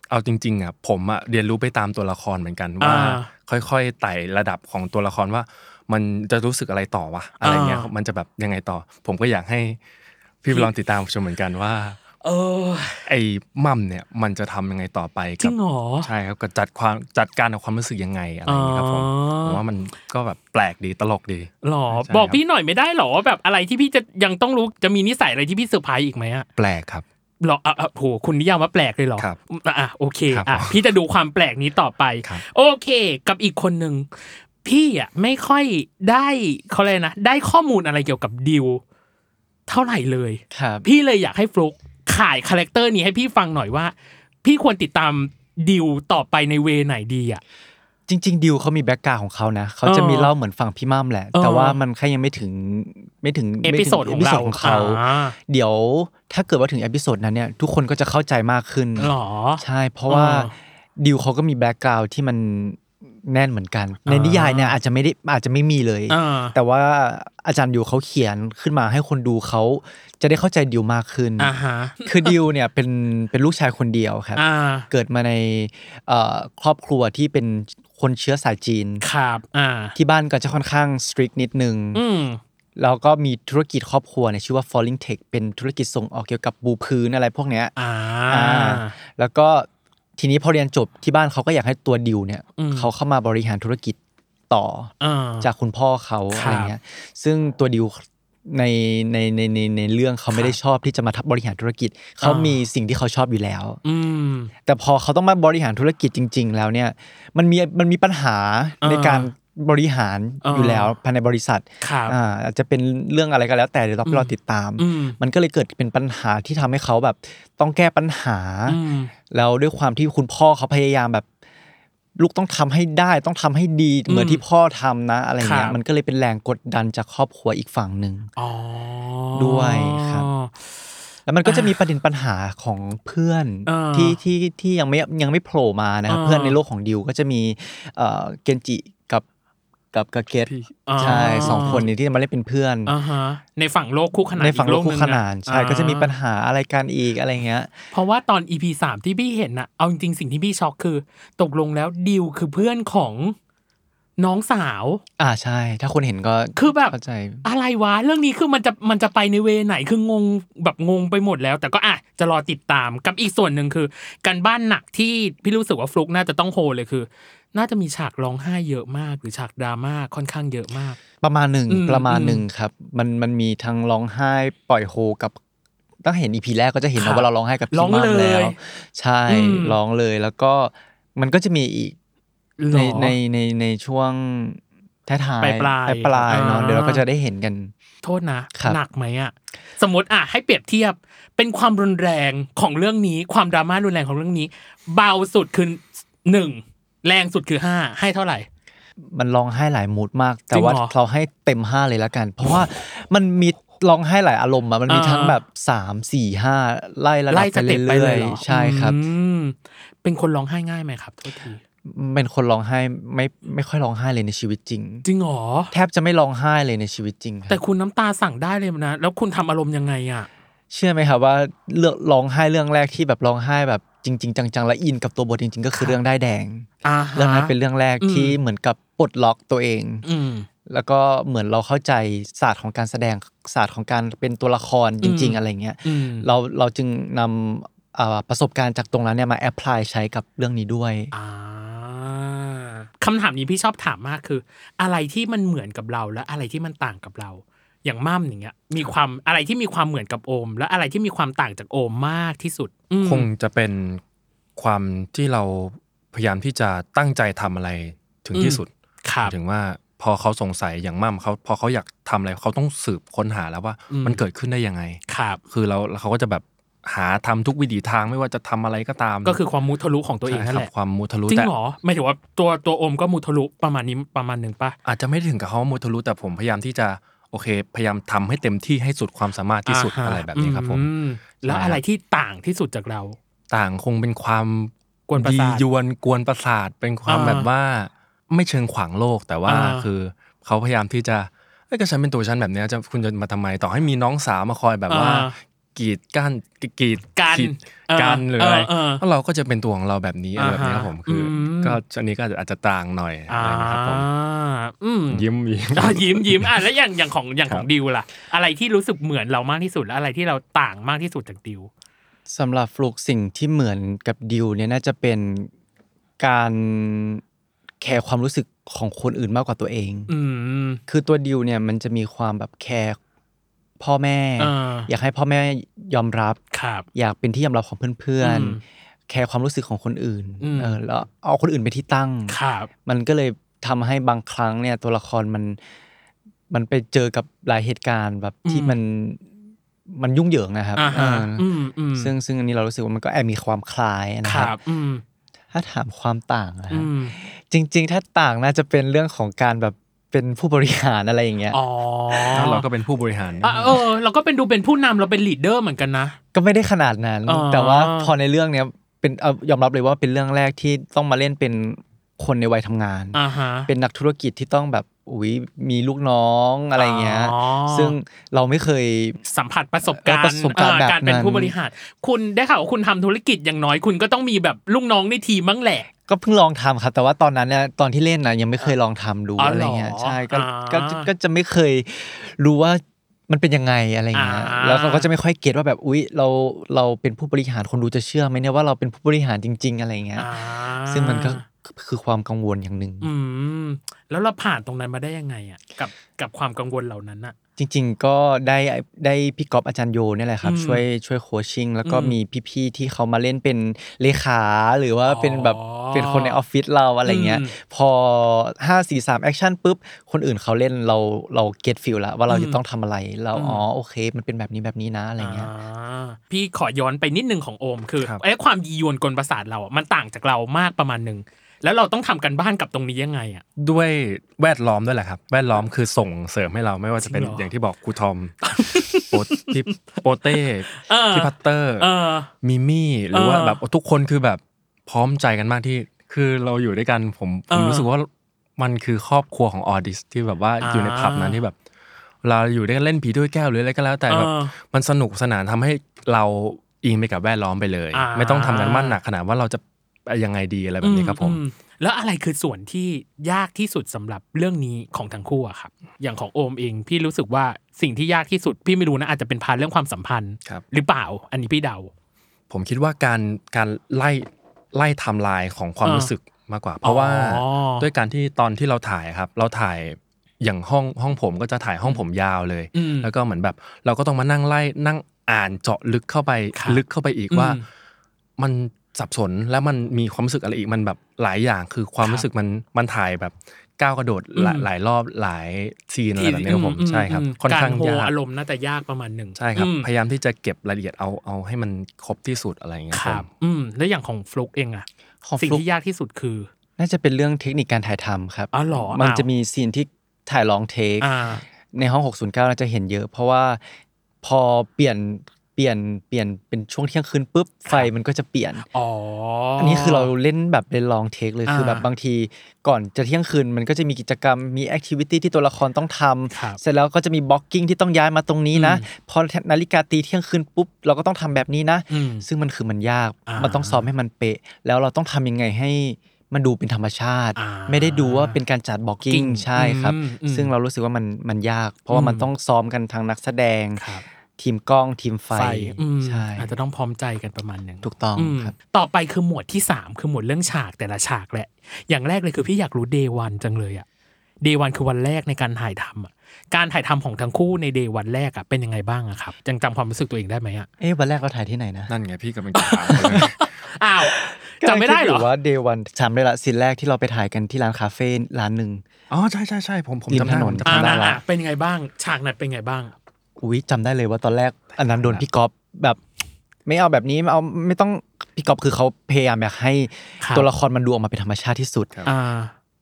C: เอาจริงๆอ่ะผมอ่ะเรียนรู้ไปตามตัวละครเหมือนกันว่า
B: อ่
C: ค่อยๆไต่ระดับของตัวละครว่า มันจะรู้สึกอะไรต่อวะอะไรเงี้ย
B: อ่า
C: มันจะแบบยังไงต่อ ผมก็อยากให้พี่ลองติดตามชมเหมือนกันว่า
B: เออ
C: ไอ้มั่มเนี่ยมันจะทำยังไงต่อไป
B: จริ
C: กับ
B: งเหรอ
C: ใช่ครับกับจัดความจัดการกับความรู้สึกยังไงอะไรอย่างเงี้ยครับผม
B: อ๋อ
C: ผมว่ามันก็แบบแปลกดีตลกดี
B: หรอ
C: ใช่
B: บอก
C: ครับ
B: พี่หน่อยไม่ได้หรอว่าแบบอะไรที่พี่จะยังต้องรู้จะมีนิสัยอะไรที่พี่เซอร์ไพรส์อีกไหมอะ
C: แปลกครับ
B: หรออ่ะอ่ะโหคุณนิยามว่าแปลกเลยเหรอ
C: ครับ
B: อ่ะอ่ะโอเค
C: ครับ
B: อ่ะ
C: ผม
B: พี่จะดูความแปลกนี้ต่อไป
C: ครับ
B: โอเค กับอีกคนหนึ่งพี่อ่ะไม่ค่อยได้เขาเลยกนะ ได้ข้อมูลอะไรเกี่ยวกับดิวเท่าไหร่เลย
D: ครับ
B: พี่เลยอยากให้ฟลุกขายคาแรคเตอร์นี้ให้พี่ฟังหน่อยว่า พี่ควรติดตามดิวต่อไปในเวไหนดีอ่ะ
D: จริงๆดิวเขามีแบ็กกราวของเขานะเขาจะมีเล่าเหมือนฝั่งพี่มั่มแหละ
B: เออ
D: แต่ว่ามันแค่ยังไม่ถึงไม่ถึง
B: เอพิโซดของ
D: ไม่ถึ
B: เรา
D: เอพิโซดของเขา
B: อ่า
D: เดี๋ยวถ้าเกิดว่าถึงเอพิโซดนั้นเนี่ยทุกคนก็จะเข้าใจมากขึ้น
B: หรอ
D: ใช่ เพราะว่า
B: อ่า
D: ดิวเขาก็มีแบ็กกราวที่มันแน่นเหมือนกัน ใน
B: อ่านิ
D: นิยายเนี่ยอาจจะไม่ได้อาจจะไม่มีเลย
B: อ่า
D: แต่ว่าอาจารย์ดิวเขาเขียนขึ้นมาให้คนดูเขาจะได้เข้าใจดิวมากขึ้น
B: อ่าฮะ
D: คือดิวเนี่ยเป็นเป็นลูกชายคนเดียวครับ
B: อ่า
D: เกิดมาในเอ่อครอบครัวที่เป็นคนเชื้อสายจีน
B: ครับ อ่า
D: ที่บ้านก็จะค่อนข้างสตริกนิดนึง
B: อืม
D: แล้วก็มีธุรกิจครอบครัวเนี่ยชื่อว่า Falling Tech เป็นธุรกิจส่งออกเกี่ยวกับบูพื้นอะไรพวกเนี้ย
B: อ่า
D: อ่าแล้วก็ทีนี้พอเรียนจบที่บ้านเขาก็อยากให้ตัวดิวเนี่ย
B: อืม
D: เขาเข้ามาบริหารธุรกิจต่อ
B: อ่า
D: จากคุณพ่อเขา
B: ครับ
D: อะไรเงี้ยซึ่งตัวดิวในในในในในเรื่องเขาไม่ได้ชอบที่จะมาทับบริหารธุรกิจเขา
B: อ่ามี
D: มีสิ่งที่เขาชอบอยู่แล้ว
B: อืม
D: แต่พอเขาต้องมาบริหารธุรกิจจริง ๆ แล้วเนี่ยมันมีมันมีปัญหา
B: อ่า
D: ในการบริหาร
B: อ่า
D: อยู่แล้วภายในบริษัท
B: ครับ
D: อ่าอาจจะเป็นเรื่องอะไรก็แล้ว แต่เดี๋ยวเราไปรอติดตาม
B: อืม
D: มันก็เลยเกิดเป็นปัญหาที่ทำให้เขาแบบต้องแก้ปัญหา
B: อืม
D: แล้วด้วยความที่คุณพ่อเขาพยายามแบบ ลูกต้องทำให้ได้ต้องทำให้ดีเหมือนที่พ่อทำนะ อะไรเงี้
B: ครั
D: ย
B: บ
D: มันก็เลยเป็นแรงกดดันจากครอบครัวอีกฝั่งหนึ่ง
B: อ๋อ
D: ด้วยครับ แล้วมันก็จะมีประเด็นปัญหาของเพื่อน
B: อ่า
D: ที่ที่ที่ยังไม่ยังไม่โผล่มานะครับ
B: อ่า
D: เพื่อนในโลกของดิวก็จะมีเอ่อเกนจิกับกับกับเกต
C: พี่
D: ใช่
B: อ่า
D: สองคนนี้ที่จะมาเล่นเป็นเพื่อน
B: อ่าฮะในฝั่งโลกคู่ขนาน
D: ในฝั่งโลกคู่ขนาน
B: อีโลกหง
D: ใช่ก็จะมีปัญ
B: อ่า
D: หาอะไรกันอีกอะไรเงี้ย
B: เพราะว่าตอน EP สามที่พี่เห็นน่ะเอาจริงๆสิ่งที่พี่ช็อกคือ ตกลงแล้วดิวคือเพื่อนของน้องสาว
D: อ่าใช่ ถ้าคนเห็นก็
B: คือแบบ
D: เข้าใจ
B: อะไรวะ เรื่องนี้คือมันจะมันจะไปในเวไหนคืองงแบบงงไปหมดแล้ว แต่ก็อ่ะจะรอติดตามกับอีกส่วนหนึ่งคือ การบ้านหนักที่พี่รู้สึกว่าฟลุกน่าจะต้องโฮลเลยคือ น่าจะมีฉากร้องไห้เยอะมาก หรือฉากดราม่าค่อนข้างเยอะมาก
D: ประมาณหนึ่ง
B: อืม
D: ประมาณ
B: อืม
D: หนึ่งครับ มันมันมีทั้งร้องไห้ปล่อยโฮกับตั้งเห็นอีพีแรกก็จะเห็น
B: ครับ
D: นะว่าเราร้องไห้กับ
B: ร้
D: พี่
B: อง
D: มั่ม
B: เลย
D: แล้วใช่
B: อืม
D: ร้องเลยแล้วก็มันก็จะมีอีก
B: หร
D: ใน
B: อ
D: ในในในช่วงท้ายๆ
B: ปลายๆ
D: ปลายๆเนาะ
B: อ่า
D: เดี๋ยวเราก็จะได้เห็นกัน
B: โทษนะครับ หนักไหมอะสมมติอะให้เปรียบเทียบเป็นความรุนแรงของเรื่องนี้ ความดราม่ารุนแรงของเรื่องนี้ เบาสุดคือหนึ่งแรงสุดคือห้าให้เท่าไหร่
D: มันร้องไห้หลายมูดมาก แต่
B: จริงเหรอ
D: ว่าเราให้เต็มห้าเลยละกัน เพราะว่ามันมี ร้องไห้หลายอารมณ์อะมันมี
B: อ่า
D: ทั้งแบบสามสี่ห้าไล่ระดั
B: ไล่
D: บ
B: สเต็ปไป
D: ไป
B: เล
D: เรื่อย ย
B: เหรอ
D: ๆใช่ครับ
B: อืมเป็นคนร้องไห้ง่ายไหมครับโทษที
D: เป็นคนร้องไห้ไม่ไม่ค่อยร้องไห้เลยในชีวิตจริง
B: จริงเหรอ
D: แทบจะไม่ร้องไห้เลยในชีวิตจริงค
B: แต่
D: รับ
B: คุณน้ำตาสั่งได้เลยนะ แล้วคุณทำอารมณ์ยังไงอ่ะ
D: เชื่อไหมครับว่าเลือกร้องไห้เรื่องแรกที่แบบร้องไห้แบบจริง ๆ จังๆและอินกับตัวบทจริง ๆ ก็คือเรื่องได้ายแดง
B: อ่าฮะ
D: เรื่องนั้นเป็นเรื่องแรก
B: อืม
D: ที่เหมือนกับปลดล็อกตัวเอง
B: อืม
D: แล้วก็เหมือนเราเข้าใจศาสตร์ของการแสดงศาสตร์ของการเป็นตัวละครจริง
B: อืม
D: ๆ อะไรเงี้ย
B: อืม
D: เราเราจึงนำอ่าประสบการณ์จากตรงนั้นเนี่ยมาแอพพลายใช้กับเรื่องนี้ด้วย
B: อ่าคำถามนี้พี่ชอบถามมากคือ อะไรที่มันเหมือนกับเราและอะไรที่มันต่างกับเรา อย่างม่ามอย่างเงี้ย มีความอะไรที่มีความเหมือนกับโอม และอะไรที่มีความต่างจากโอมมากที่สุดอืม
C: คงจะเป็นความที่เราพยายามที่จะตั้งใจทำอะไรถึงที่สุด
B: ครับ
C: ถึงว่าพอเขาสงสัยอย่างมั่มเขาพอเขาอยากทำอะไรเขาต้องสืบค้นหาแล้วว่ามันเกิดขึ้นได้ยังไง
B: ครับ
C: คือเราเราเขาก็จะแบบหาทำทุกวิถีทางไม่ว่าจะทำอะไรก็ตาม
B: ก็คือความมุทะลุของตัวเอง
C: ใช่
B: นั่น
C: ครับ
B: แหละ
C: ความมูทะลุ
B: จริง
C: แต่
B: เหรอหมายถึงว่าตัวตัวโอมก็มุทะลุประมาณนี้ประมาณหนึ่งปะ
C: อาจจะไม่ถึงกับเขามูทะลุแต่ผมพยายามที่จะโอเค พยายามทำให้เต็มที่ให้สุดความสามารถที่สุด
B: าฮ
C: อะไรแบบนี้ครับผม
B: อืแล้วอะไรที่ต่างที่สุดจากเรา
C: ต่างคงเป็นความ
B: กวนประสาท
C: ยียวนกวนประสาทเป็นความ
B: อ่า
C: แบบว่าไม่เชิงขวางโลกแต่ว่า
B: อ่า
C: คือเขาพยายามที่จะเอ้ยก็ฉันเป็นตัวฉันแบบเนี้ยจะคุณจะมาทำไมต่อให้มีน้องสาวมาคอยแบบว่า กีดกั้นกีด
B: กัน
C: ขีด
B: เออ
C: กันหรืออะไร
B: เออเออ
C: แล้วเราก็จะเป็นตัวของเราแบบนี้อะไรแบบนี้ครับผมคืออ
B: ม
C: ก็อันนี้ก็อาจจะต่างหน่อยอะ
B: อ่า
C: ไรนะครับผม
B: อืม
C: ยิ้มยิ้ม
B: อ่ะยิ้มยิ้มอ่ะแล้วอย่างอย่างของอย่างของ
C: ครับ
B: ดิวล่ะ อะไรที่รู้สึกเหมือนเรามากที่สุดและอะไรที่เราต่างมากที่สุดจากดิว
D: สำหรับฟลุกสิ่งที่เหมือนกับดิวเนี่ยน่าจะเป็นการแคร์ความรู้สึกของคนอื่นมากกว่าตัวเอง
B: อืม
D: คือตัวดิวเนี่ยมันจะมีความแบบแคร์พ่อแม่
B: อ่า
D: อยากให้พ่อแม่ยอมรับ
B: ครับ
D: อยากเป็นที่ยอมรับของเพื่อน
B: อืม
D: ๆ แคร์ความรู้สึกของคนอื่น
B: อืม
D: เออแล้วเอาคนอื่นเป็นที่ตั้ง
B: ครับ
D: มันก็เลยทำให้บางครั้งเนี่ยตัวละครมันมันไปเจอกับหลายเหตุการณ์แบบที่
B: อืม
D: มันมันยุ่งเหยิงนะครับ
B: อ่าฮะ
D: เอออ
B: อืมอืม
D: ซึ่งซึ่งอันนี้เรารู้สึกว่ามันก็แอบมีความคล้ายนะ
B: ค
D: ค
B: รั
D: รั
B: บบ อืม
D: ถ้าถามความต่างนะ
B: อื
D: ฮะ
B: ม
D: จริง ๆ ถ้าต่างน่าจะเป็นเรื่องของการแบบเป็นผู้บริหารอะไรอย่างเงี้ย
B: อ๋อ
C: แล้วเราก็เป็นผู้บริหาร
B: อ่ะเออ เราก็เป็นดูเป็นผู้นำเราเป็นลีดเดอร์เหมือนกันนะ
D: ก็ไม่ได้ขนาดนั้น
B: อ๋อ
D: แต่ว่าพอในเรื่องเนี้ยเป็นเอายอมรับเลยว่าเป็นเรื่องแรกที่ต้องมาเล่นเป็นคนในวัยทำงาน
B: อ่าฮะ
D: เป็นนักธุรกิจที่ต้องแบบอุ๊ยมีลูกน้องอะไรเงี้ย
B: อ๋อ
D: ซึ่งเราไม่เคย
B: สัมผัสประสบการณ์
D: ประสบการณ์
B: เอ่อ
D: แบบนั้น
B: เป็นผู้บริหาร คุณได้ข่าวว่าคุณทำธุรกิจอย่างน้อยคุณก็ต้องมีแบบลูกน้องในทีมมั้งแหละ
D: ก็เพิ่งลองทำครับ แต่ว่าตอนนั้นเนี่ยตอนที่เล่นนะยังไม่เคยลองทำดู
B: อ๋อเหรอ
D: อะไรเงี้ยใช่ก็
B: อ่า
D: ก็ก็ก็จะไม่เคยรู้ว่ามันเป็นยังไงอะไรเงี้ย
B: อ่า
D: แล้วเขาก็จะไม่ค่อยเก็ตว่าแบบอุ๊ยเราเราเป็นผู้บริหารคนดูจะเชื่อไหมเนี่ยว่าเราเป็นผู้บริหารจริง ๆ อะไรเงี้ย
B: อ่า
D: ซึ่งมันก็คือความกังวลอย่างหนึ่ง
B: อืม แล้วเราผ่านตรงนั้นมาได้ยังไงอ่ะกับกับความกังวลเหล่านั้นอ่ะ
D: จริงๆ ก็ได้ได้พี่ก๊อฟอาจารย์โยเนี่ยแหละครับ
B: อืม
D: ช่วยช่วยโคชชิ่งแล้วก็
B: อืม
D: มีพี่ๆที่เขามาเล่นเป็นเลขาหรือว่า
B: อ๋อ
D: เป็นแบบเป็นคนในออฟฟิศเราอะไรเงี้ย
B: อืม
D: พอ 5 4 3แอคชั่นปุ๊บ คนอื่นเขาเล่นเราเราเก็ตฟิลละว่าเรา
B: อืม
D: จะต้องทำอะไรเรา
B: อืม
D: อ๋อโอเค มันเป็นแบบนี้แบบนี้นะอะไรเงี้ย
B: าพี่ขอย้อนไปนิดนึงของโอม คือ
C: ครับ
B: ไอ้ความยียวนกลประสาทเราอะมันต่างจากเรามากประมาณหนึ่งแล้วเราต้องทำกันบ้านกับตรงนี้ยังไงอ่ะ
C: ด้วยแวดล้อมด้วยแหละครับ แวดล้อมคือส่งเสริมให้เราไม่ว่าจะเป็น
B: จริงเหรอ
C: อ
B: อ
C: ย่างที่บอกครูทอม โปพี่โปเต้
B: เออ
C: พี่พัตเตอร์
B: เออ
C: มิมี่หรือ
B: เออ
C: ว่าแบบทุกคนคือแบบพร้อมใจกันมากที่คือเราอยู่ด้วยกันผมผ
B: เอ
C: ม
B: อ
C: รู้สึกว่ามันคือครอบครัวของออดิสที่แบบว่า
B: อ่า
C: อยู่ในผับนั้นที่แบบเวลาอยู่ด้วยกันเล่นผีด้วยแก้วหรืออะไรก็แล้ว แต่แบบ
B: เออ
C: มันสนุกสนานทำให้เราอิงไปกับแวดล้อมไปเลย
B: อ่า
C: ไม่ต้องทำกันบ้านหนักขนาดว่าเราจะยังไงดีอะไรแบบนี้ครับผม
B: อือืแล้วอะไรคือส่วนที่ยากที่สุดสำหรับเรื่องนี้ของทั้งคู่อะครับ อย่างของโอมเองพี่รู้สึกว่าสิ่งที่ยากที่สุด พี่ไม่รู้นะอาจจะเป็นพาร์ทเรื่องความสัมพันธ์
C: ครับ
B: หรือเปล่า อันนี้พี่เดา
C: ผมคิดว่าการการไล่ไล่ไทำลายของความ
B: อ่า
C: รู้สึกมากกว่า เพราะว่า
B: อ๋อ
C: ด้วยการที่ตอนที่เราถ่ายครับ เราถ่ายอย่างห้องห้องผมก็จะถ่ายห้องผมยาวเลย
B: อืม
C: แล้วก็เหมือนแบบ เราก็ต้องมานั่งไล่นั่งอ่านเจาะลึกเข้าไป
B: ครับ
C: ลึกเข้าไปอีก
B: อืม
C: ว่า มันสับสนและมันมีความรู้สึกอะไรอีกมันแบบหลายอย่างคือควา
B: ค
C: ม
B: รับ
C: รู้สึกมันมันถ่ายแบบก้าวกระโดดหลาย
B: อืม
C: หลายรอบหลายซีนอะไรแบบนี้ครับผม
B: อื
C: ใช่ครับ
B: ม
C: ค่อนข้าง
B: การโฮ
C: ยาก
B: อารมณ์น่าจะยากประมาณหนึ่ง
C: ใช่ครับ
B: อืม
C: พยายามที่จะเก็บรายละเอียดเอาเอาให้มันครบที่สุดอะไรอย่างเงี้ย
B: ค
C: ค
B: รั
C: รับ บ
B: อืมแล้วอย่างของฟลุกเองอะ
D: ของฟลุ๊ก
B: สิ่งที่ยากที่สุดคือ
D: น่าจะเป็นเรื่องเทคนิคการถ่ายทำครับ
B: อ๋อเหรอ
D: มัน
B: อ้าว
D: จะมีซีนที่ถ่ายลองเทค
B: อ่า
D: ในห้อง 609เราจะเห็นเยอะ เพราะว่าพอเปลี่ยนเปลี่ยนเปลี่ยนเป็นช่วงเที่ยงคืนปุ๊บไฟมันก็จะเปลี่ยน
B: อ๋อ
D: อั
B: อั
D: นนี้คือเราเล่นแบบเล่นลองเทคเลย
B: อ่า
D: คือแบบบางทีก่อนจะเที่ยงคืนมันก็จะมีกิจกรรมมีแอคทิวิตี้ที่ตัวละครต้องทำ
B: ครับ
D: เสร็จแล้วก็จะมีบล็อกกิ้งที่ต้องย้ายมาตรงนี้นะ พอนาฬิกาตีเที่ยงคืนปุ๊บเราก็ต้องทำแบบนี้นะ
B: อืม
D: ซึ่งมันคือมันยาก
B: อ่ามั
D: มันต้องซ้อมให้มันเป๊ะ แล้วเราต้องทำยังไงให้มันดูเป็นธรรมชาติ
B: อ่า
D: ไม่ได้ดูว่าเป็นการจัดบล็อกกิ้ง
B: blocking
D: ใช่ครับ
B: อืมอืม
D: ซึ่งเรารู้สึกว่ามันมันยาก เพราะว่ามัน
B: อืม
D: ต้องซ้อมกันทางนักแสดง
B: ครับ
D: ทีมกล้องทีมไฟ
B: ไฟอืม
D: ใช่
B: อาจจะต้องพร้อมใจกันประมาณหนึ่ง
D: ถูกต้อง
B: อืม
D: ครับ
B: ต่อไปคือหมวดที่ 3 คือหมวดเรื่องฉากแต่ละฉากแหละ อย่างแรกเลยคือพี่อยากรู้เดวันจังเลยอะเดวันคือวันแรกในการถ่ายทำอะการถ่ายทำของทั้งคู่ในเดวันแรกอะเป็นยังไงบ้างอะครับยังจำความรู้สึกตัวเองได้ไหมอะ
D: เอ๊ะวันแรกเราถ่ายที่ไหนนะ
C: นั่นไงพี่กำลังจะถามเลย
B: อ้าวจำไม่ได้เหรอ
D: กำลังคิยู่ว่า day one จำได้ละสินแรกที่เราไปถ่ายกันที่ร้านคาเฟ่ร้านหนึ่ง
C: อ๋อใช่ใช่ใช่ผมผม
D: ริม
C: จำได้
D: ถนน
C: ผมจำ
B: อ่า
C: ได้
D: ละ
B: อ่าเป็นยังไงบ้าง ฉากนั้นเป็นยังไงบ้าง
D: อุ้ยจำได้เลยว่าตอนแรกอันนั้นโดนพี่ก๊อฟแบบไม่เอาแบบนี้ไม่เอาไม่ต้องพี่ก๊อฟคือเขาพยายามอยากให้
B: ครับ
D: ตัวละครมันดูออกมาเป็นธรรมชาติที่สุด
B: อ่า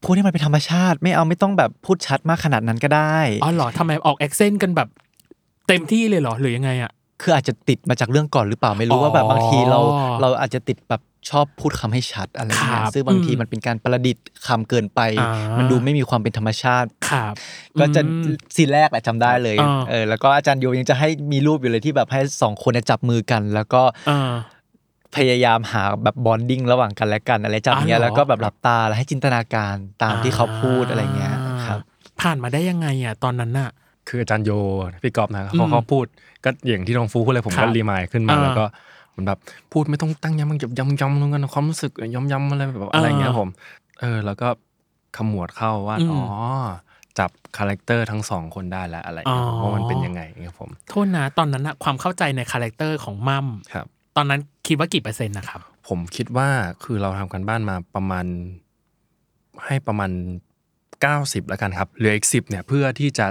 D: พูดให้มันเป็นธรรมชาติ ไม่เอาไม่ต้องแบบพูดชัดมากขนาดนั้นก็ได้
B: อ๋อเหรอทำไมออกแอคเซนต์กันแบบ เต็มที่เลยเหรอหรือยังไงอะ
D: คืออาจจะติดมาจากเรื่องก่อนหรือเปล่าไม่รู้ว่าแบบบางทีเราเราอาจจะติดแบบชอบพูดคำให้ชัดอะไรเงี้
B: ค
D: ย
B: รับ
D: ซึ่งบางทีมันเป็นการประดิษฐ์คำเกินไป
B: อ่ามั
D: มันดูไม่มีความเป็นธรรมชาติ
B: ครับ
D: ก็จะ
B: อืม
D: ซีนแรกแหละจำได้เลย
B: อ่า
D: เออแล้วก็อาจารย์โยยังจะให้มีรูปอยู่เลยที่แบบให้สองคนเนี่ยจับมือกัน แล้วก็
B: อ่า
D: พยายามหาแบบบอนดิ้งระหว่างกันและกันอะไรจำเนี้ย
B: อ๋อเหรอ
D: แล้วก็แบบหลับตาแล้วให้จินตนาการตามที่เขาพูดอะไรเงี้ยครับ
B: ผ่านมาได้ยังไงอะตอนนั้นอะ
C: คืออาจารย์โยพี่กอบนะ
B: อื
C: เขา
B: ม
C: เขาพูดก็อย่างที่น้องฟูพูดเลยผม
B: ครั
C: ก็
B: บ
C: รีมายขึ้นมา
B: อ่า
C: แล้วก็เหมือนแบบพูดไม่ต้องตั้งย้ำมันย้ำย้ำลงกันความรู้สึกย้ำย้ำอะไรแบบอะไรอย่างเงี้ย
B: อ่า
C: ผม เออแล้วก็ขมวดเข้าว่า
B: อืม
C: อ๋อจับคาแรคเตอร์ทั้งสองคนได้แล้วอะไรอย่างเงี้ย
B: อ๋อ
C: ว่ามันเป็นยังไงอย่างเงี้ยครับผม
B: โทษนะตอนนั้นอะความเข้าใจในคาแรคเตอร์ของมัม
C: ครับ
B: ตอนนั้นคิดว่ากี่เปอร์เซ็นต์นะครับ
C: ผมคิดว่าคือเราทำกันบ้านมาประมาณให้ประมาณ 90 แล้วกันครับเหลืออีกสิเนี่ยเพื่อที่จะ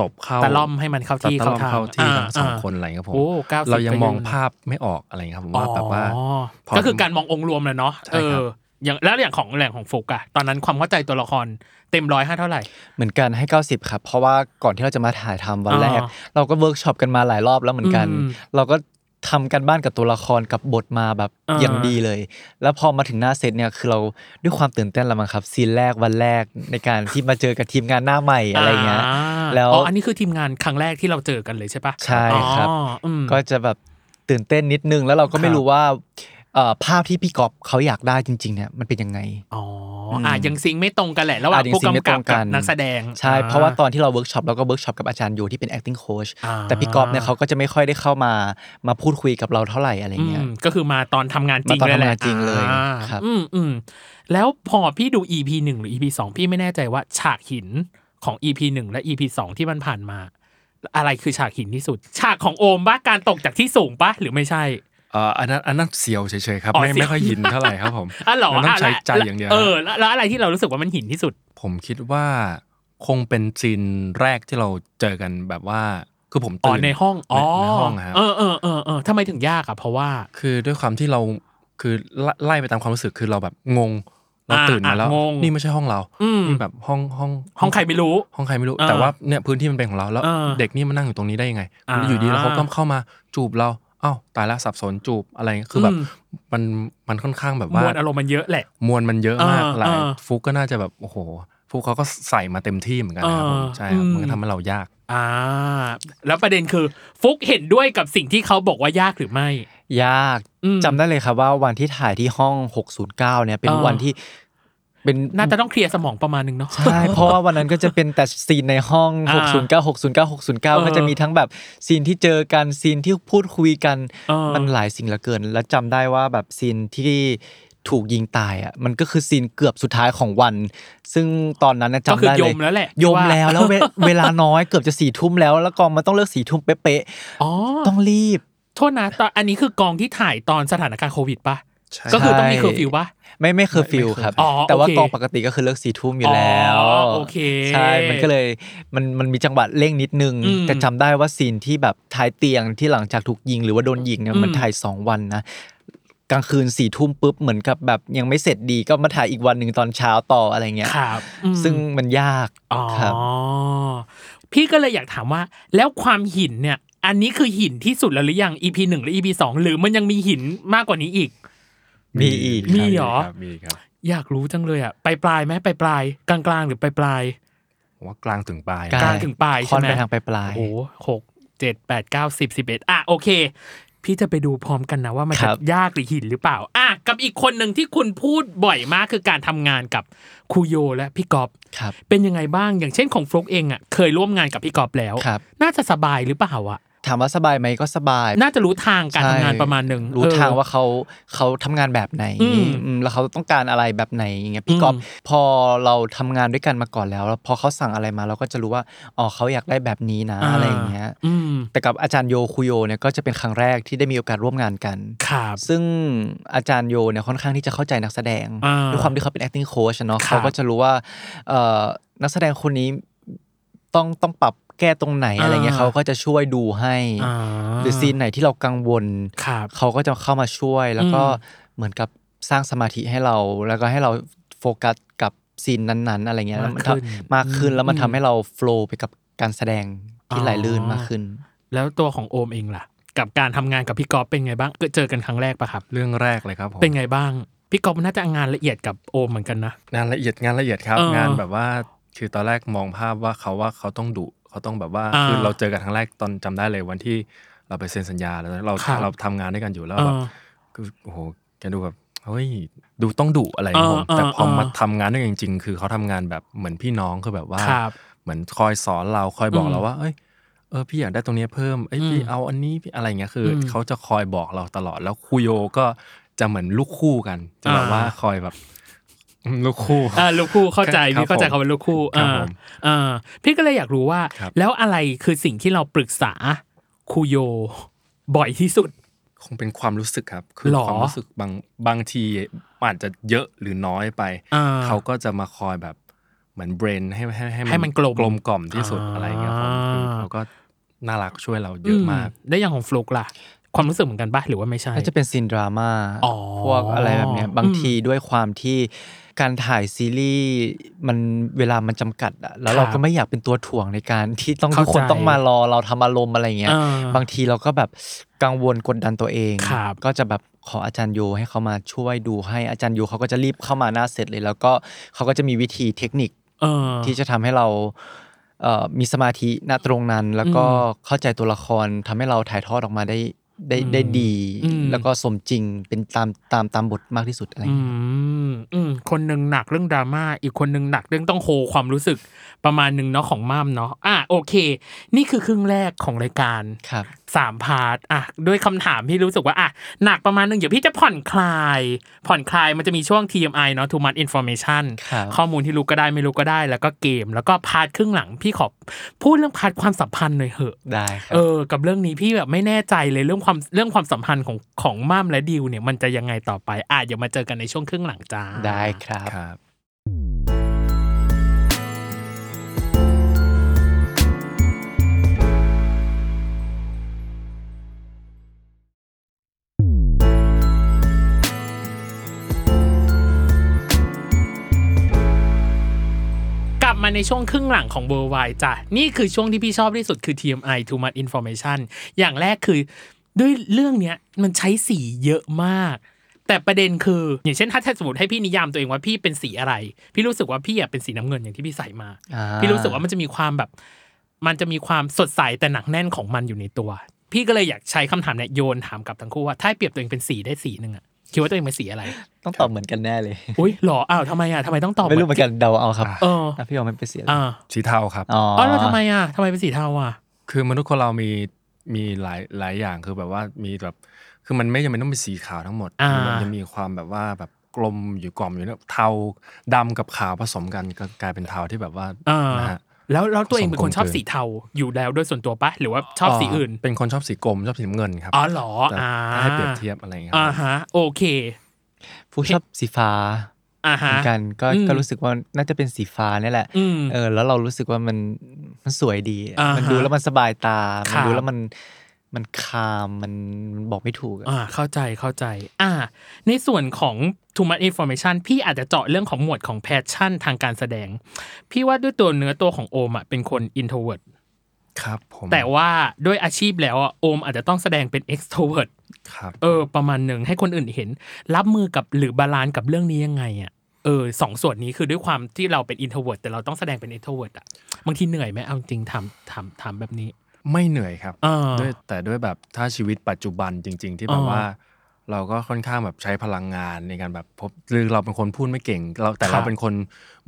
C: ตบเข้า
B: ตะล่อมให้มันเข้าที่
C: ตะล่อมเข้าที่
B: เข้าทาง
C: ทั้งสอง
B: อ่า
C: คนอะไรครับผม
B: โอ้90
C: เรายังมอง
B: ก็เยอะนะ
C: ภาพไม่ออกอะไรครับผมว่าแบบว่า
B: อ๋อ
C: พอ
B: ก็คือการมององค์รวมแหละเนาะ
C: ใช่
B: เอ
C: ครั
B: อบ อย่างแล้วอย่างของแหล่งของโฟกอะตอนนั้นความเข้าใจตัวละครเต็มร้อยห้าเท่าไหร่
D: เหมือนกันให้ 90 ครับ เพราะว่าก่อนที่เราจะมาถ่ายทำวันแรก
B: อ่า
D: เราก็เวิร์กช็อปกันมาหลายรอบแล้วเหมือนกัน
B: อืม
D: เราก็ทำกันบ้านกับตัวละครกับบทมาแบบ
B: อ่า
D: อย่างดีเลย แล้วพอมาถึงหน้าเซตเนี่ยคือเราด้วยความตื่นเต้นละมั้งครับซีนแรกวันแรกในการที่มาเจอกับทีมงานหน้าใหม่อะไรเงี้ย
B: า
D: แล้ว
B: อ๋ออันนี้คือทีมงานครั้งแรกที่เราเจอกันเลยใช่ปะ
D: ใช่ครับ
B: อ๋ออืม
D: ก็จะแบบตื่นเต้นนิดนึง แล้วเราก็ไม่
B: ครับ
D: รู้ว่าเอ่อภาพที่พี่กอบเขาอยากได้จริง ๆ เนี่ยมันเป็นยังไง
B: อ๋อ
D: ม
B: อ่ะยังซิงค์ไม่ตรงกันแหละระหว่าง
D: อ่ะจ
B: ผู้
D: ริงๆไม่
B: กำ
D: ต
B: กั
D: ร
B: บ
D: ง
B: กับนักแสดง
D: ใช่
B: อ่
D: เพราะว่าตอนที่เราเวิร์กช็อปเราก็เวิร์กช็อปกับอาจารย์โยที่เป็น acting coach
B: อ่า
D: แต่พี่กอบเนี่ยเขาก็จะไม่ค่อยได้เข้ามามาพูดคุยกับเราเท่าไหร่อะไรเงี้ย
B: อืมก็คือมาตอนทำงานจริง
D: มาตอน
B: เลยแหละ
D: ทำงานจริงเลย
B: อ่า
D: ครับ
B: อืมอืมแล้วพอพี่ดู EP หนึ่งหรือ EP สองพี่ไม่แน่ใจว่าฉากหินของ EP หนึ่งและ EP สองที่มันผ่านมา อะไรคือฉากหินที่สุด ฉากของโอมบ้าการตกจากที่สูงปะหรือไม่ใช่
C: เอ่ออันนั้นอันนั้นเสียวเฉยๆครับ
B: อ๋อ
C: ไม่
B: เสียว
C: ไม่ค่อยหินเท่าไหร่ครับผม
B: อ่ะเหรอ
C: มันต้อง
B: ะ
C: ใช้
B: แล้ว
C: ใจอย่างเดียว
B: เออ
C: ครับ
B: แล้วแล้วอะไรที่เรารู้สึกว่ามันหินที่สุด
C: ผมคิดว่าคงเป็นซีนแรกที่เราเจอกันแบบว่าคือผม
B: อ๋อ
C: ตื่น
B: ในห้องอ๋อ
C: ในห้องครับ
B: เออเออเออเออทำไมถึงยากอะเพราะว่า
C: คือด้วยความที่เราคือไล่ไล่ไปตามความรู้สึกคือเราแบบงง เรา
B: อ่า
C: ตื่นมาแล้ว
B: อ่ะงง
C: นี่ไม่ใช่ห้องเรา
B: อืม
C: นี่แบบห้องห้อง
B: ห้องใครไม่รู้
C: ห้องใครไม่รู้
B: อ่า
C: แต่ว่าเนี่ยพื้นที่มันเป็นของเราแล้ว
B: อ่า
C: เด็กนี่มานั่งอยู่ตรงนี้ได้ยังไง
B: อ่า
C: อยู่ดีแล้วเขาก็เข้ามาจูบเราอ้าวตายละสับสนจูบอะไรคือแบบ
B: อืม
C: มันมันค่อนข้างแบบ
B: ม
C: ว่าม
B: วลอารมณ์มันเยอะแหละ
C: มวลมันเยอะมาก
B: อ่า
C: หลาย
B: อ่า
C: ฟุกก็น่าจะแบบโอ้โหฟุกเขาก็ใส่มาเต็มที่เหมือนกันนะครับผม
B: อ่า
C: ใช่ครับ
B: อืม
C: มันก็ทำให้เรายาก
B: อ่า แล้วประเด็นคือฟุกเห็นด้วยกับสิ่งที่เขาบอกว่ายากหรือไม่
D: ยาก
B: อืม
D: จำได้เลยครับว่าวันที่ถ่ายที่ห้อง 609 เนี่ยเป็น
B: อ่า
D: วันที่เป็น
B: น่าจะต้องเคลียร์สมองประมาณหนึงเนาะ
D: ใช่ เพราะว่าวันนั้นก็จะเป็นแต่ซีนในห้อง
B: อ่า
D: 609 609 609 ก็จะมีทั้งแบบซีนที่เจอกันซีนที่พูดคุยกัน
B: เออ
D: มันหลายสิ่งเหลือเกิน และจำได้ว่าแบบซีนที่ถูกยิงตายอ่ะมันก็คือซีนเกือบสุดท้ายของวัน ซึ่งตอนนั้นนะ
B: ก็
D: จำ
B: คือ
D: ได้
B: ย
D: เลย
B: มแล้วแหละ
D: ยม
B: า
D: แล้วแล้วเว เวลาน้อยเกือบจะสี่ทุ่มแล้ว แล้วกองมันต้องเลิกสี่ทุ่มเป๊ะ
B: อ๋อ
D: ๆต้องรีบ
B: โทษนะตอนอันนี้คือกองที่ถ่ายตอนสถานการณ์โควิดปะ
C: ใช่
B: ก็คือต้องมีเคอร์ฟิวปะ
D: ไม่ไม่เคอร์ฟิวครับ
B: อ๋อ
D: แต่ว่า
B: โอเค
D: กองปกติก็คือเลิกสี่ทุ่มอยู่แล้ว
B: อ๋อโอเค
D: ใช่มันก็เลยมันมันมีจังหวะเร่งนิดนึง
B: อืม
D: แต่จำได้ว่าซีนที่แบบท้ายเตียงที่หลังจากถูกยิงหรือว่าโดนยิงเนี่ย
B: อืม
D: มันถ่ายสองวันนะกลางคืนสี่ทุ่มปุ๊บเหมือนกับแบบยังไม่เสร็จดีก็มาถ่ายอีกวันหนึ่งตอนเช้าต่ออะไรเงี้ย
B: ครับอืม
D: ซึ่งมันยาก
B: อ๋อ
D: ครับ
B: พี่ก็เลยอยากถามว่า แล้วความหินเนี่ย อันนี้คือหินที่สุดแล้วหรือยัง EP หนึ่งหรือ EP สองหรือมันยังมีหินมากกว่านี้อีก
D: มีอีก
B: มีเหรอ
C: ครับมีครับ
B: อยากรู้จังเลยอ่ะไปปลายไหมไปปลายกลางกลางๆหรือไปปลาย
C: ผมว่ากลางถึงปลาย
D: กล
B: กลางถึงปลาย
D: คอ
B: ใช่
D: น
B: ไหม
D: ไปทางปลาย
B: โอ้โหหกเจ็ดแปดเก้าสิบสิบเอ็ดอ่ะโอเค พี่จะไปดูพร้อมกันนะว่ามัน
D: ค
B: จะ
D: รับ
B: ยากหรือหินหรือเปล่า อ่ะกับอีกคนหนึ่งที่คุณพูดบ่อยมากคือการทำงานกับครูโยและพี่กอบ
D: ๆครับ
B: เป็นยังไงบ้างอย่างเช่นของฟลุกเองอ่ะเคยร่วมงานกับพี่กอบแล้ว
D: ครับ
B: น่าจะสบายหรือเปล่าวะ
D: ถามว่าสบายไหมก็สบาย
B: น่าจะรู้ทางการ
D: ใช่
B: ทำงานประมาณหนึ่ง
D: รู้
B: เออ
D: ทางว่าเขาเขาทำงานแบบไหน
B: อืม
D: อืมแล้วเขาต้องการอะไรแบบไหนอย่างเงี้ยพี่
B: อืม
D: กอฟพอเราทำงานด้วยกันมาก่อนแล้วแล้ว พอเขาสั่งอะไรมาเราก็จะรู้ว่าอ๋อเขาอยากได้แบบนี้นะ
B: อ่า
D: อะไรอย่างเงี้ย
B: อืม
D: แต่กับอาจารย์โยคุโยเนี่ยก็จะเป็นครั้งแรกที่ได้มีโอกาสร่วมงานกัน
B: ครับ
D: ซึ่งอาจารย์โยเนี่ยค่อนข้างที่จะเข้าใจนักแสดง
B: อ่
D: ด้วยความที่เขาเป็น acting coach อะเนาะ
B: ครับ
D: เขาก็จะรู้ว่าเอ่อนักแสดงคนนี้ต้องต้องปรับแก้ตรงไหนอะไรเงี้ย
B: อ่า
D: เขาก็จะช่วยดูให้
B: อ่า
D: หรือซีนไหนที่เรากังวล
B: ครับ
D: เขาก็จะเข้ามาช่วยแล้วก็
B: อื
D: เหมือนกับสร้างสมาธิให้เรา แล้วก็ให้เราโฟกัสกับซีนนั้นๆ อะไรเงี้ยแล้ว
B: มาก
D: มัน
B: ขึ้น
D: ทำมากขึ้นแล้วมัน
B: อืม
D: ทำให้เราโฟล์ไปกับการแสดงที่
B: อ๋อ
D: ไหลลื่นมากขึ้น
B: แล้วตัวของโอมเองล่ะ กับการทำงานกับพี่กอบเป็นไงบ้างเจอกันครั้งแรกปะครับ
C: เรื่องแรกเลยครับผม
B: เป็นไงบ้าง พี่กอบน่าจะงานละเอียดกับโอมเหมือนกันนะ
C: งานละเอียดงานละเอียดครับ
B: เออง
C: านแบบว่าคือตอนแรกมองภาพว่าเขาว่าเขาต้องดุเขาต้องแบบว่า
B: อ่า
C: คือเราเจอกันครั้งแรกตอนจำได้เลยวันที่เราไปเซ็นสัญญาแล้วเรา
B: ครับ
C: เราทำงานด้วยกันอยู่แล้ว
B: เอ
C: แบบ
B: อ
C: คือโอ้โหแกดูแบบเฮ้ยดูต้องดุอะไรอย่างเงี้ยผม
B: อ่า
C: แต่พอมา
B: อ่า
C: ทำงานด้วยกันจริง ๆ คือเขาทำงานแบบเหมือนพี่น้องคือแบบว่า
B: ครับ
C: เหมือนคอยสอนเราคอยบอก
B: อืม
C: เราว่า เอ้ยเออพี่อยากได้ตรงเนี้ยเพิ่มเอ้ยพี่
B: อืม
C: เอาอันนี้พี่อะไรเงี้ยคืออ
B: ม
C: เขาจะคอยบอกเราตลอดแล้วคุโยก็จะเหมือนลูกคู่กันจะแบบ
B: อ่า
C: ว่าคอยแบบ อืมลูกคู่
B: อ่าลูกคู่เข้าใจ
C: ครับ
B: พี่เข้าใจ
C: ผม
B: คำว่าลูกคู่
C: ครับ
B: อ่า
C: ผม
B: อ่าพี่ก็เลยอยากรู้ว่า
C: ครับ
B: แล้วอะไรคือสิ่งที่เราปรึกษาครูโย บ่อยที่สุด
C: คงเป็นความรู้สึกครับ คือ
B: หรอ
C: ความรู้สึกบางบางทีอาจจะเยอะหรือน้อยไป
B: อ่า
C: เขาก็จะมาคอยแบบเหมือนเบรนให้ให้
B: ให้มันกลม
C: กลมกล่อมที่สุด
B: อ่า
C: อะไรเงี้ยครับคือเขาก็น่ารักช่วยเราเยอะมาก
B: อืแล้วอย่างของฟลุกล่ะ ความรู้สึกเหมือนกันปะหรือว่าไม่ใช่
D: น่าจะเป็นซีนดราม่า
B: อ๋อ
D: พวกอะไรแบบเนี้ยบาง
B: อืม
D: ทีด้วยความที่การถ่ายซีรีส์มันเวลามันจำกัดอะแล้วเรา
B: ครับ
D: ก็ไม่อยากเป็นตัวถ่วงในการที่ต้อง
B: เข้า
D: ทุกคน
B: ใจ
D: ต้องมารอเราทำอารมณ์อะไรเงี้ย
B: อ่า
D: บางทีเราก็แบบกังวลกดดันตัวเอง
B: ครับ
D: ก็จะแบบขออาจารย์โยให้เขามาช่วยดูให้อาจารย์โยเขาก็จะรีบเข้ามาหน้าเสร็จเลย แล้วก็เขาก็จะมีวิธีเทคนิค
B: เออ
D: ที่จะทำให้เราเอ่อมีสมาธิณตรงนั้น แล้วก็เข้าใจตัวละครทำให้เราถ่ายทอดออกมาได้ได้ได้ดี
B: อืม
D: แล้วก็สมจริงเป็นตามตามตามบทมากที่สุดอะไรอย่าง
B: อื
D: เงี้ย
B: มอืมคนหนึ่งหนักเรื่องดราม่าอีกคนหนึ่งหนักเรื่องต้องโฮความรู้สึกประมาณหนึ่งเนาะของม่ามเนาะอ่ะโอเค นี่คือครึ่งแรกของรายการ
D: ครับ
B: สามพาร์ทอ่ะด้วยคำถามที่รู้สึกว่าอ่ะหนักประมาณหนึ่งเดี๋ยวพี่จะผ่อนคลาย ผ่อนคลายมันจะมีช่วง TMI เนาะ Too Much Information
D: ครับ
B: ข้อมูลที่รู้ก็ได้ไม่รู้ก็ได้ แล้วก็เกม แล้วก็พาร์ทครึ่งหลังพี่ขอพูดเรื่องพาร์ทความสัมพันธ์หน่อยเหอะ
D: ได้ครั
B: เออ กับเรื่องนี้พี่แบบไม่แน่ใจเลยเรื่องความเรื่องความสัมพันธ์ของของม่ามและดิวเนี่ยมันจะยังไงต่อไปอ่ะเดี๋ยวมาเจอกันในช่วงครึ่งหลังจ้า
D: ได้ครับ
C: ครับ
B: กลับมาในช่วงครึ่งหลังของเบอร์ไวจ้ะ นี่คือช่วงที่พี่ชอบที่สุดคือ TMI Too Much Information อย่างแรกคือ ด้วยเรื่องเนี้ยมันใช้สีเยอะมาก แต่ประเด็นคือ อย่างเช่นถ้าถ้าสมมติให้พี่นิยามตัวเองว่าพี่เป็นสีอะไร พี่รู้สึกว่าพี่อะเป็นสีน้ำเงินอย่างที่พี่ใส่มา
D: อ่า
B: พี่รู้สึกว่ามันจะมีความแบบ มันจะมีความสดใสแต่หนักแน่นของมันอยู่ในตัว พี่ก็เลยอยากใช้คำถามเนี่ยโยนถามกลับทั้งคู่ว่าถ้าให้เปรียบตัวเองเป็นสีได้สีหนึ่งอะคิดว่าตัวเองเป็นสีอะไร
D: ต้องตอบเหมือนกันแน่เลย
B: อุ้ยหรออ้าวทำไมอะทำไมต้องตอบ
D: ไม่รู้เหมือนกันเดาเอาครับ
B: เออ
D: อ่ะพี่ยอมไม่ไปเสีย
B: อ่า
C: สีเทาครับ
D: อ๋อ
B: อ๋อแล้วทำไมอ่ะทำไมเป็นสีเทาอ่ะ
C: คือมนุษย์คนเรามีมีหลายหลายอย่างคือแบบว่ามีแบบคือมันไม่จำเป็นต้องเป็นสีขาวทั้งหมด
B: อ่ามั
C: มัจะมีความแบบว่าแบบกลมอยู่กล่อมอยู่เนี่ยเทาดำกับขาวผสมกันก็กลายเป็นเทาที่แบบว่า
B: เออ
C: นะฮะ
B: แล้วแล้วตัวเองเป็นคนชอบ
C: สมควรเกิน
B: สีเทาอยู่แล้วด้วยส่วนตัวปะหรือว่าชอบสีอื่น
C: เป็นคนชอบสีกลมชอบสีน้ำเงินครับ
B: อ๋อเหรอ
C: แต่
B: อ่า
C: ถ้าให้เปรียบเทียบอะไรอย่างเงี้ยค
B: อ่า
C: รับ
B: ฮะโอเค
D: ผู้ชอบสีฟ้า
B: อ่า
D: เห
B: ฮะ
D: มือนกันก็
B: อืม
D: ก็รู้สึกว่าน่าจะเป็นสีฟ้านี่แหละ
B: อืม
D: เออแล้วเรารู้สึกว่ามันมันสวยดี
B: อ่ามั
D: มันดูแล้วมันสบายตา
B: ครั
D: มั
B: บ
D: ดูแล้วมันมันคามมันมันบอกไม่ถูกอะ
B: อ่าเข้าใจเข้าใจ อ่า ในส่วนของ too much information พี่อาจจะเจาะเรื่องของหมวดของ passion ทางการแสดง พี่ว่าด้วยตัวเนื้อตัวของโอมอ่ะเป็นคน introvert
C: ครับผม
B: แต่ว่าด้วยอาชีพแล้วอะโอมอาจจะต้องแสดงเป็น extrovert
C: ครับ
B: เออ ประมาณหนึ่งให้คนอื่นเห็น รับมือกับหรือบาลานซ์กับเรื่องนี้ยังไงอ่ะเออสองส่วนนี้คือด้วยความที่เราเป็น introvert แต่เราต้องแสดงเป็น extrovert อ่ะบางทีเหนื่อยไหมเอาจริงๆถามถามถามแบบนี้
C: ไม่เหนื่อยครับ
B: อ่า
C: ด้วยแต่ด้วยแบบถ้าชีวิตปัจจุบันจริง ๆ ที่แบบ
B: อ่า
C: ว่า เราก็ค่อนข้างแบบใช้พลังงานในการแบบพบหรือเราเป็นคนพูดไม่เก่งเราแต่
B: ครั
C: เรา
B: บ
C: เป็นคน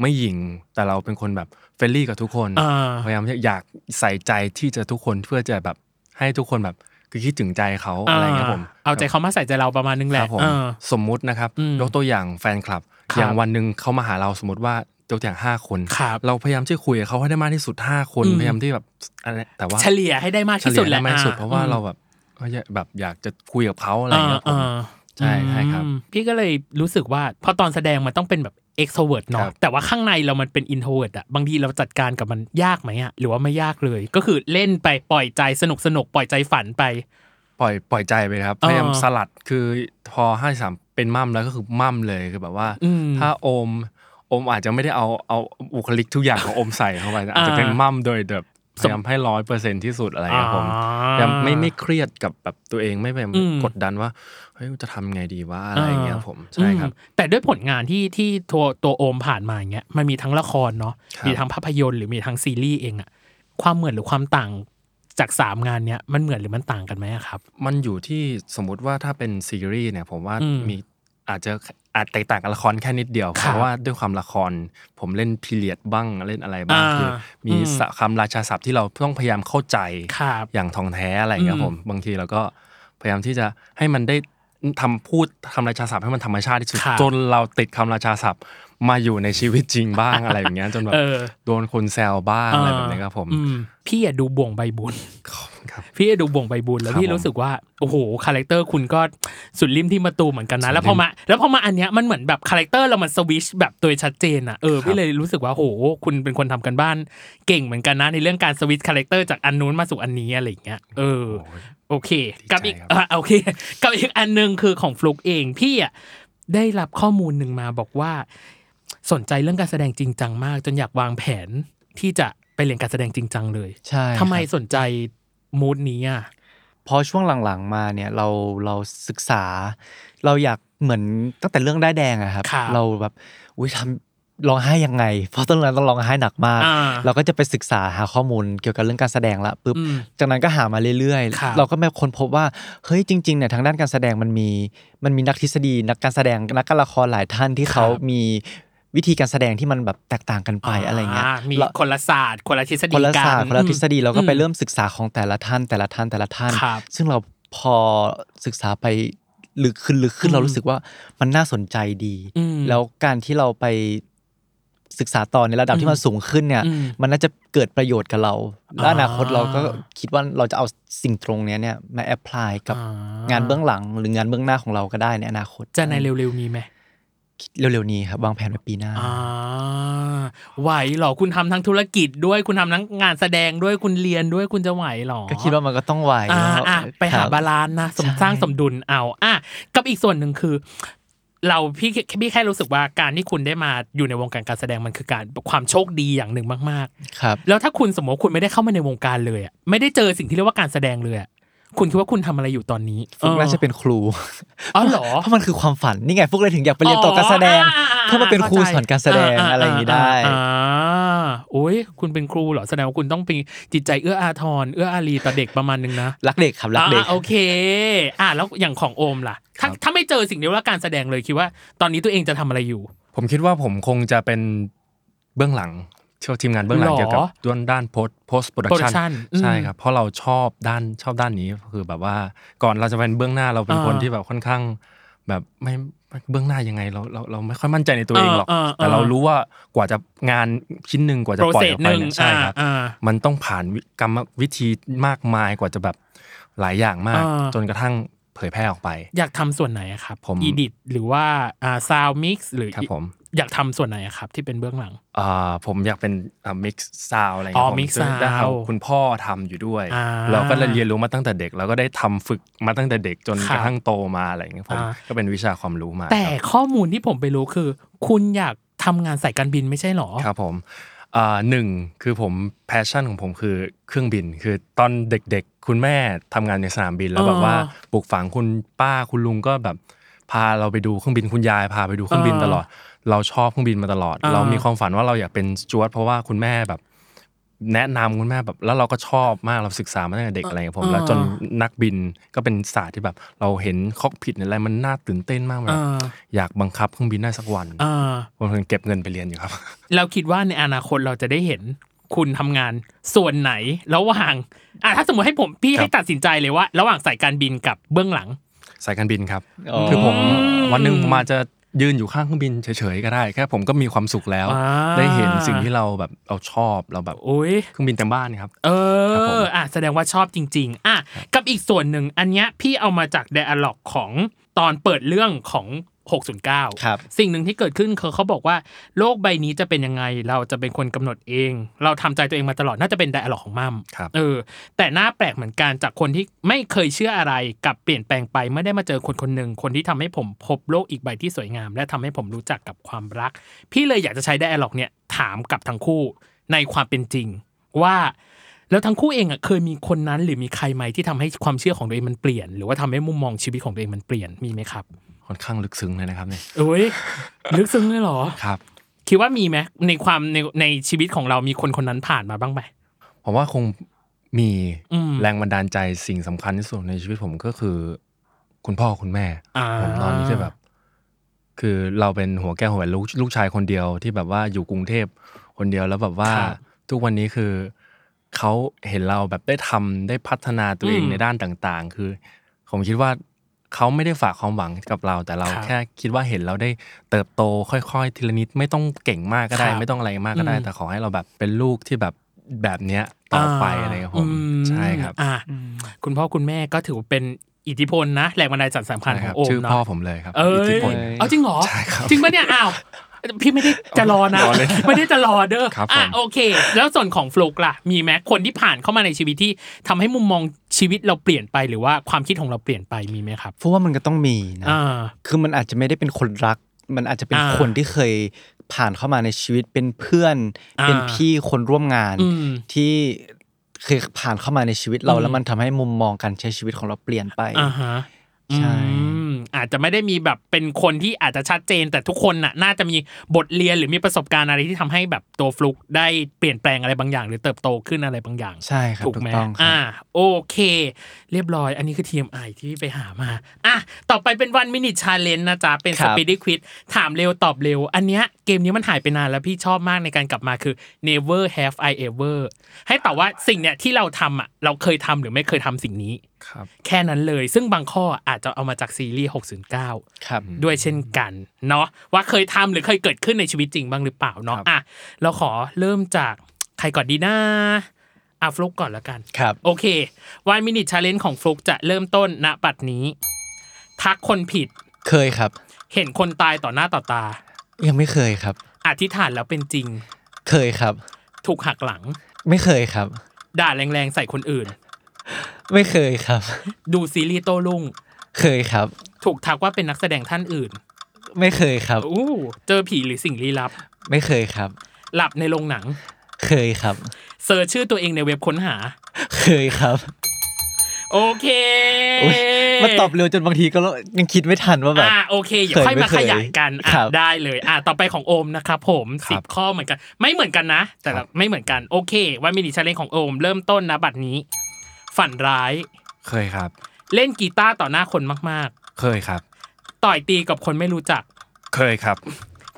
C: ไม่หยิ่ง แต่เราเป็นคนแบบเฟรนลี่กับทุกคน
B: อ่า
C: พยายามที่อยากใส่ใจที่จะทุกคนเพื่อจะแบบให้ทุกคนแบบคือคิดถึงใจเขาอะไรเงี้ยผม
B: เอาใจเขามาใส่ใจเราประมาณนึงแห
C: ค
B: ละ
C: รับผม
B: เออ
C: สมมุตินะครับ
B: อืม
C: ยกตัวอย่างแฟนคลับ
B: ครับ
C: อย่างวันหนึ่งเขามาหาเราสมมติว่ายกตัวอย่างห้าคน
B: ครับ
C: เราพยายามที่จะคุยกับเขาให้ได้มากที่สุดห้าคน
B: อืม
C: พยายามที่แบบอะไรแต่ว่า
B: เฉลี่ยให้ได้มาก
C: เฉ
B: ที่
C: ลี่
B: สุด
C: ย
B: แห
C: ได้
B: ละ
C: มากที่สุด
B: อ่
C: เพราะว่าเราแบบเอ้ยแบบอยากจะคุยกับเขาอะไรอย่างเงี้ยผม
B: าๆ
C: ใช่ใช่ครับ
B: อืมพี่ก็เลยรู้สึกว่าพอตอนแสดงมันต้องเป็นแบบ extrovert
C: ครั
B: เนาะ
C: บ
B: แต่ว่าข้างในเรามันเป็น introvert อะบางทีเราจัดการกับมันยากไหมอะหรือว่าไม่ยากเลย ก็คือเล่นไปปล่อยใจสนุกสนุกๆปล่อยใจฝันไป
C: ปล่อยปล่อยใจไปครับ
B: อ่า
C: พยายามสลัดคือพอห้าสามเป็นมั่มแล้วก็คือมั่มเลยคือแบบว่า
B: อืม
C: ถ้าโอมโอมอาจจะไม่ได้เอาเอาบุคลิกทุกอย่างของโอมใส่เข้าไปนะอาจจะ
B: อ่า
C: เป็นมั่มโดยแบบพ
B: สม
C: ยายามให้ร้อยเปอร์เซ็นที่สุดอะไรอย่างเงี้ยครับผม
B: อ่า
C: พยายามไม่ไม่เครียดกับแบบตัวเองไม่ไป
B: อืม
C: กดดันว่าเฮ้ยจะทำไงดีว่าอะไรอย่างเงี้ยผมใช่ครับ
B: อืมแต่ด้วยผลงานที่ที่ตัวตัวโอมผ่านมาอย่างเงี้ยมันมีทั้งละครเนาะ
C: ครับ
B: มีทั้งภาพยนตร์หรือมีทั้งซีรีส์เองอะความเหมือนหรือความต่างจากสามงานเนี้ยมันเหมือนหรือมันต่างกันไหมอะครับ
C: มันอยู่ที่สมมติว่าถ้าเป็นซีรีส์เนี่ยผมว่า
B: อืม
C: มีอาจจะอาจแตกต่างกับละครแค่นิดเดียว
B: ค
C: เพ
B: รับ
C: ราะว่าด้วยความละคร ผมเล่นพีเรียดบ้างเล่นอะไรบ้าง
B: อ่า
C: คือมี
B: อืม
C: สะคำราชาศัพท์ที่เราต้องพยายามเข้าใจ
B: ครับ
C: อย่างทองแท้อะไรอย่างเงี้
B: อื
C: ย
B: ม
C: ผมบางทีเราก็พยายามที่จะให้มันได้ทำพูดคำราชาศัพท์ให้มันธรรมชาติที่สุด
B: ครับ
C: จนเราติดคำราชาศัพท์มาอยู่ในชีวิตจริงบ้าง อะไรอย่างเงี้ยจนแบบ
B: เออ
C: โดนคนแซวบ้างอะไรแบบนี้ครับผม
B: อืพี่อะดูบ่วงใบบุญ
C: ขอบคุณครับ
B: พี่อะดูบ่วงใบบุญแล้ว
C: ครับ
B: พี่รู้สึกว่าโอ้โหคาแรคเตอร์คุณก็สุดริมที่มาตูมเหมือนกันนะ แล้วพอมาแล้วพอมาอันเนี้ยมันเหมือนแบบคาแรคเตอร์เรามันสวิชแบบตัวชัดเจนอะเออ
C: ครับ
B: พี่เลยรู้สึกว่าโหคุณเป็นคนทำกันบ้านเก่งเหมือนกันนะในเรื่องการสวิชคาแรคเตอร์จากอันนู้นมาสู่อันนี้อะไรอย่างเงี้ยเออ
C: โอ้ย
B: โอเค
C: ดีใจ
B: กับอีก
C: ครับ
B: อ่ะโอเค กับอีกอันหนึงคือของฟลุกเองพี่อ่ะได้รับข้อมูลหนึ่งมาบอกว่า สนใจเรื่องการแสดงจริงจังมาก จนอยากวางแผนที่จะไปเรียนการแสดงจริงจังเลย
D: ใช่
B: ทำไม
D: ครับ
B: สนใจมูดนี้อ่ะ
D: เพราะช่วงหลังๆมาเนี่ยเราเราศึกษา เราอยากเหมือนตั้งแต่เรื่องได้ายแดงอะครับ
B: ครับ
D: เราแบบอุ้ยทำร้องไห้ยังไง เพราะตอนนั้นเราร้องไห้หนักมาก
B: อ่า
D: เราก็จะไปศึกษาหาข้อมูลเกี่ยวกับเรื่องการแสดงละปุ๊บ
B: อืม
D: จากนั้นก็หามาเรื่อย
B: ครับ
D: ๆ เราก็มาค้นพบว่าเฮ้ยจริงๆเนี่ยทางด้านการแสดงมันมีมันมีนักทฤษฎี นักการแสดงนักการละครหลายท่านที่เขา
B: ครับ
D: มีวิธีการแสดงที่มันแบบแตกต่างกันไปอะไรเงี้ย
B: มี
D: เรา
B: คนละศาสตร์ คนละทฤษฎี
D: คนละศาสต
B: กั
D: ร์คนละทฤษฎีเราก็ไป
B: อืม
D: เริ่มศึกษาของแต่ละท่านแต่ละท่านแต่ละท่าน
B: ครับ
D: ซึ่งเราพอศึกษาไปลึกขึ้นลึกขึ้
B: อื
D: น
B: ม
D: เรารู้สึกว่ามันน่าสนใจดี
B: อืม
D: แล้วการที่เราไปศึกษาต่อในระดับ
B: อืม
D: ที่มันสูงขึ้นเนี่ย
B: อืม
D: มันน่าจะเกิดประโยชน์กับเราและ
B: อ่า
D: อนาคตเราก็คิดว่าเราจะเอาสิ่งตรงเนี้ยเนี่ยมาแอพพลายกับ
B: อ่
D: งานเบื้องหลังหรืองานเบื้องหน้าของเราก็ได้ในอนาคต
B: จะในเร็วๆนี้ไหม
D: เร็วๆนี้ครับวางแผนไว้ปีหน้า
B: อ่าไหวเหรอคุณทำทั้งธุรกิจด้วยคุณทำทั้งงานแสดงด้วยคุณเรียนด้วยคุณจะไหวเหรอ
D: ก็คิดว่ามันก็ต้องไหว
B: อ่า
D: แล้ว
B: อ่ะไปหา
D: ครับ
B: บาลานซ์นะสม
D: ใช่
B: สร้างสมดุลเอาอ่ะกับอีกส่วนหนึ่งคือ เราพี่พี่แค่รู้สึกว่าการที่คุณได้มาอยู่ในวงการการแสดงมันคือการความโชคดีอย่างหนึ่งมาก
D: ครับ
B: ๆ แล้วถ้าคุณสมมติว่าคุณไม่ได้เข้ามาในวงการเลยอะไม่ได้เจอสิ่งที่เรียกว่าการแสดงเลยอะคุณคิดว่าคุณทำอะไรอยู่ตอนนี้
D: ฟุกน่าจะ
B: เออ
D: เป็นครู
B: อ๋อเหรอ
D: เพราะมันคือความฝันนี่ไงฟุกเลยถึงอยากไปเรียนต่อการแสดง
B: อ๋ออ่อ่
D: เพื่อมาเป็นครูสอนการแสดง
B: เข้ใจ
D: อะไรอย่างนี้ได้
B: อ่าโอ้ยคุณเป็นครูเหรอแสดงว่าคุณต้องเป็นจิตใจเอื้ออาทรเอื้ออารีต่อเด็กประมาณนึงนะ
D: รักเด็กครับรักเด็ก
B: อ่าโอเค อ่าแล้วอย่างของโอมล่ะ ถ้าถ้าไม่เจอสิ่งนี้ว่าการแสดงเลยคิดว่า ตอนนี้ตัวเองจะทำอะไรอยู่
C: ผมคิดว่าผมคงจะเป็นเบื้องหลังเชี่ยวทีมงานเบื้องหลัง
B: หรอ
C: เกี่ยวกับด้านด้านโพสโพสโปรดักชั
B: production
C: น
B: อืม
C: ใช่ครับ เพราะเราชอบด้านชอบด้านนี้คือแบบว่าก่อนเราจะเป็นเบื้องหน้าเราเป็น
B: อ่า
C: คนที่แบบค่อนข้าง แบบไม่ไม่เบื้องหน้ายังไงเราเราเราไม่ค่อยมั่นใจในตัวเองหรอก
B: อ่าอ่า
C: แต่เรารู้ว่ากว่าจะงานชิ้นหนึ่งกว่าจะ
B: โปร
C: ปล่อ
B: เซ
C: ย
B: สห
C: ออกไป
B: นึ่ง
C: เนี่ยใช่ครับ
B: อ่า
C: มันต้องผ่านวิกรรมวิธีมากมายกว่าจะแบบหลายอย่างมาก
B: อ่า
C: จนกระทั่งเผยแพร่ออกไป
B: อยากทำส่วนไหนอะครับ
C: ผม
B: อีดิทหรือว่าอ่าซาวมิกซ์หรือ
C: ครับผม
B: อยากทำส่วนไหนอะครับที่เป็นเบื้องหลัง
C: อ่าผมอยากเป็นอ่ามิกซ์ซาวอะไร
B: อ๋
C: เงี้
B: อย
C: ผม
B: mix
C: ซึ่งได้
B: sound
C: เอาคุณพ่อทำอยู่ด้วย
B: อ่า
C: เราก็เลยเรียนรู้มาตั้งแต่เด็ก แล้วก็ได้ทำฝึกมาตั้งแต่เด็กจน
B: ครับ
C: กระทั่งโตมาอะไรเงี้ยผม
B: อ่า
C: ก็เป็นวิชาความรู้มา
B: แต่
C: ครับ
B: ข้อมูลที่ผมไปรู้คือ คุณอยากทำงานสายการบินไม่ใช่หรอ
C: ครับผม อ่าหนึ่งคือผมแพชชั่นของผมคือเครื่องบิน คือตอนเด็กๆ คุณแม่ทำงานในสนามบินแล้วแบบว่า
B: อ่า
C: ปลูกฝังคุณป้าคุณลุงก็แบบพาเราไปดูเครื่องบินคุณยายพาไปดูเครื่องบิน
B: อ่า
C: ตลอด เราชอบเครื่องบินมาตลอด
B: อ่า
C: เรามีความฝันว่าเราอยากเป็นสจวดเพราะว่าคุณแม่แบบ แนะนำคุณแม่แบบแล้วเราก็ชอบมากเราศึกษามาตั้งแต่เด็กอะไรอย่างเงี้ยผมแล้วจนนักบินก็เป็นศาสตร์ที่แบบ เราเห็นคอกผิดอะไรมันน่าตื่นเต้นมากแบบ
B: อ่า
C: อยากบังคับเครื่องบินได้สักวัน
B: อ่า
C: ผมถึงเก็บเงินไปเรียนอยู่ครับ
B: เราคิดว่าในอนาคตเราจะได้เห็นคุณทำงานส่วนไหนระหว่างอ่ะถ้าสมมติให้ผมพี่
C: ครับ
B: ให้ตัดสินใจเลยว่า ระหว่างสายการบินกับเบื้องหลัง
C: สายการบินครับ
D: อ๋อ
C: คือผมวันหนึ่งผมอาจจะยืนอยู่ข้างเครื่องบินเฉยๆก็ได้ แค่ผมก็มีความสุขแล้ว
B: อ่า
C: ได้เห็นสิ่งที่เราแบบเราชอบเราแบบ
B: โอ้ย
C: เครื่องบินเต็มบ้านครับ
B: เอ
C: ครับผ
B: อ
C: ม
B: อ่ะแสดงว่าชอบจริง ๆ อ่ะ กับอีกส่วนหนึ่ง อันเนี้ยพี่เอามาจาก dialog ของตอนเปิดเรื่องของ 609
D: ครับ
B: สิ่งหนึ่งที่เกิดขึ้นคือเขาบอกว่า โลกใบนี้จะเป็นยังไง เราจะเป็นคนกำหนดเอง เราทำใจตัวเองมาตลอด น่าจะเป็น dialog ของมัม
C: ครับ
B: เออ แต่น่าแปลกเหมือนกันจากคนที่ไม่เคยเชื่ออะไรกับเปลี่ยนแปลงไปเมื่อได้มาเจอคนคนหนึ่งคนที่ทำให้ผมพบโลกอีกใบที่สวยงาม และทำให้ผมรู้จักกับความรัก พี่เลยอยากจะใช้ dialog เนี่ยถามกับทั้งคู่ในความเป็นจริง ว่าแล้วทั้งคู่เองอ่ะเคยมีคนนั้นหรือมีใครไหมที่ทำให้ความเชื่อของตัวเองมันเปลี่ยน หรือว่าทำให้มุมมองชีวิตของตัวเองมันเปลี่ยนมีไหมครับ
C: ค่อนข้างลึกซึ้งเลยนะครับเนี่ย
B: เอ้ย ลึกซึ้งเลยเหรอ
C: ครับ
B: คิดว่ามีไหมในความในในชีวิตของเรามีคนคนนั้นผ่านมาบ้างไหม
C: ผมว่าคงมี
B: อืม
C: แรงบันดาลใจสิ่งสำคัญที่สุดในชีวิตผมก็คือ คุณพ่อคุณแม่
B: อ่า
C: ผมตอนนี้จะแบบ คือเราเป็นหัวแก้วหัวแหวนลูกลูกชายคนเดียวที่แบบว่าอยู่กรุงเทพคนเดียวแล้วแบบว่า
B: ครับ
C: ทุกวันนี้คือเขาเห็นเราแบบได้ทำได้พัฒนาตัวเอง
B: อืม
C: ในด้านต่างๆ คือ ผมคิดว่าเขาไม่ได้ฝากความหวังกับเรา แต่เรา
B: ครับ
C: แค่คิดว่าเห็นเราได้เติบโตค่อยๆ ทีละนิดไม่ต้องเก่งมากก็ได้
B: ครับ
C: ไม่ต้องอะไรมากก็ได้
B: อืม
C: แต่ขอให้เราแบบเป็นลูกที่แบบแบบเนี้ยต่อไปอะไรครับผม
B: ม
C: ใช่ครับ
B: อ่าคุณพ่อคุณแม่ก็ถือว่าเป็นอิทธิพลนะแรงบันดาลใจสำคัญ
C: ใช่
B: ข
C: ค
B: อ
C: รั
B: ง
C: บ
B: โอม
C: ชื่อ
B: เนาะ
C: พ่อผมเลยครับ
B: เอ้
C: อิทธิ
B: ย
C: พล
B: เอาจริงเหรอ
C: ใช่ครับ
B: จริงปะเนี่ยอ้าวพี่ไม่ได้จะรอนะ
C: รอเล่น
B: ไม่ได้จะรอเด้อ
C: ครับผม
B: อ่ะโอเค แล้วส่วนของฟลุกล่ะ มีไหมคนที่ผ่านเข้ามาในชีวิตที่ทำให้มุมมองชีวิตเราเปลี่ยนไปหรือว่าความคิดของเราเปลี่ยนไปมีไหมครับ
D: เพราะว่ามันก็ต้องมีนะ
B: อ่า
D: คือมันอาจจะไม่ได้เป็นคนรัก มันอาจจะเป็น
B: อ่า
D: คนที่เคยผ่านเข้ามาในชีวิตเป็นเพื่อน
B: อ่า
D: เป็นพี่คนร่วมงาน
B: อืม
D: ที่เคยผ่านเข้ามาในชีวิตเรา
B: อืม
D: แล้วมันทำให้มุมมองการใช้ชีวิตของเราเปลี่ยนไป
B: อ่าฮะ
D: ใช่
B: อืมอาจจะไม่ได้มีแบบเป็นคนที่อาจจะชัดเจน แต่ทุกคนน่ะน่าจะมีบทเรียนหรือมีประสบการณ์อะไรที่ทำให้แบบตัวฟลุกได้เปลี่ยนแปลงอะไรบางอย่าง หรือเติบโตขึ้นอะไรบางอย่าง
D: ใช่ครับ
B: ถูก
D: ถู
B: ไห
D: ก
B: ม
D: ต้องครั
B: อ่า
D: บ
B: โอเค เรียบร้อย อันนี้คือ TMI ที่ไปหามา อ่ะ ต่อไปเป็นวันมินิชาเลน g e นะจ๊ะ เป็น
D: ค
B: ส
D: รับ
B: ปีดควิดถามเร็วตอบเร็ว อันเนี้ยเกมนี้มันหายไปนานแล้วพี่ชอบมากในการกลับมาคือ never have I ever ให้ตอบว่าสิ่งเนี้ยที่เราทำอ่ะ เราเคยทำหรือไม่เคยทำสิ่งนี้
C: ครับ
B: แค่นั้นเลย ซึ่งบางข้ออาจจะเอามาจากซีรีส์ 609
D: ครับ
B: ด้วยเช่นกันเนาะว่าเคยทำหรือเคยเกิดขึ้นในชีวิตจริงบ้างหรือเปล่าเนาะ
C: ครับ
B: อ่ะเราขอเริ่มจากใครก่อนดีนะอ่ะฟลุกก่อนละกัน
D: ครับ
B: โอเควันมินิชาเลนจ์ของฟลุกจะเริ่มต้นณบัดนี้ ทักคนผิด
D: เคยครับ
B: เห็นคนตายต่อหน้าต่อตา
D: ยังไม่เคยครับ
B: อธิษฐานแล้วเป็นจริง
D: เคยครับ
B: ถูกหักหลัง
D: ไม่เคยครับ
B: ด่าแรงๆใส่คนอื่น
D: ไม่เคยครับ
B: ดูซีรีส์โต้รุ่ง
D: เคยครับ
B: ถูกทักว่าเป็นนักแสดงท่านอื่น
D: ไม่เคยครับ
B: อู้เจอผีหรือสิ่งลี้ลับ
D: ไม่เคยครับ
B: หลับในโรงหนัง
D: เคยครับ
B: เซิร์ชชื่อตัวเองในเว็บค้นหา
D: เคยครับ
B: โอเค
D: อุ๊ยมันตอบเร็วจนบางทีก็ยังคิดไม่ทันว่าแบบ
B: อ่าโอเคอย่า
D: เคย
B: ค่อยมา
D: ไม่เค
B: ข
D: ย
B: ยายกันอ่ะ
D: ครับ
B: ได้เลยอ่ะต่อไปของโอมนะครับผม
C: ครับ
B: สิบข้อเหมือนกัน ไม่เหมือนกันนะ แต่ละ
C: ครับ
B: ไม่เหมือนกัน โอเค ว่ามินิชาเลนของโอม เริ่มต้นนะบัดนี้ ฝันร้าย
C: เคยครับ
B: เล่นกีตาร์ต่อหน้าคนมาก
C: เคยครับ
B: ๆ ต่อยตีกับคนไม่รู้จัก
C: เคยครับ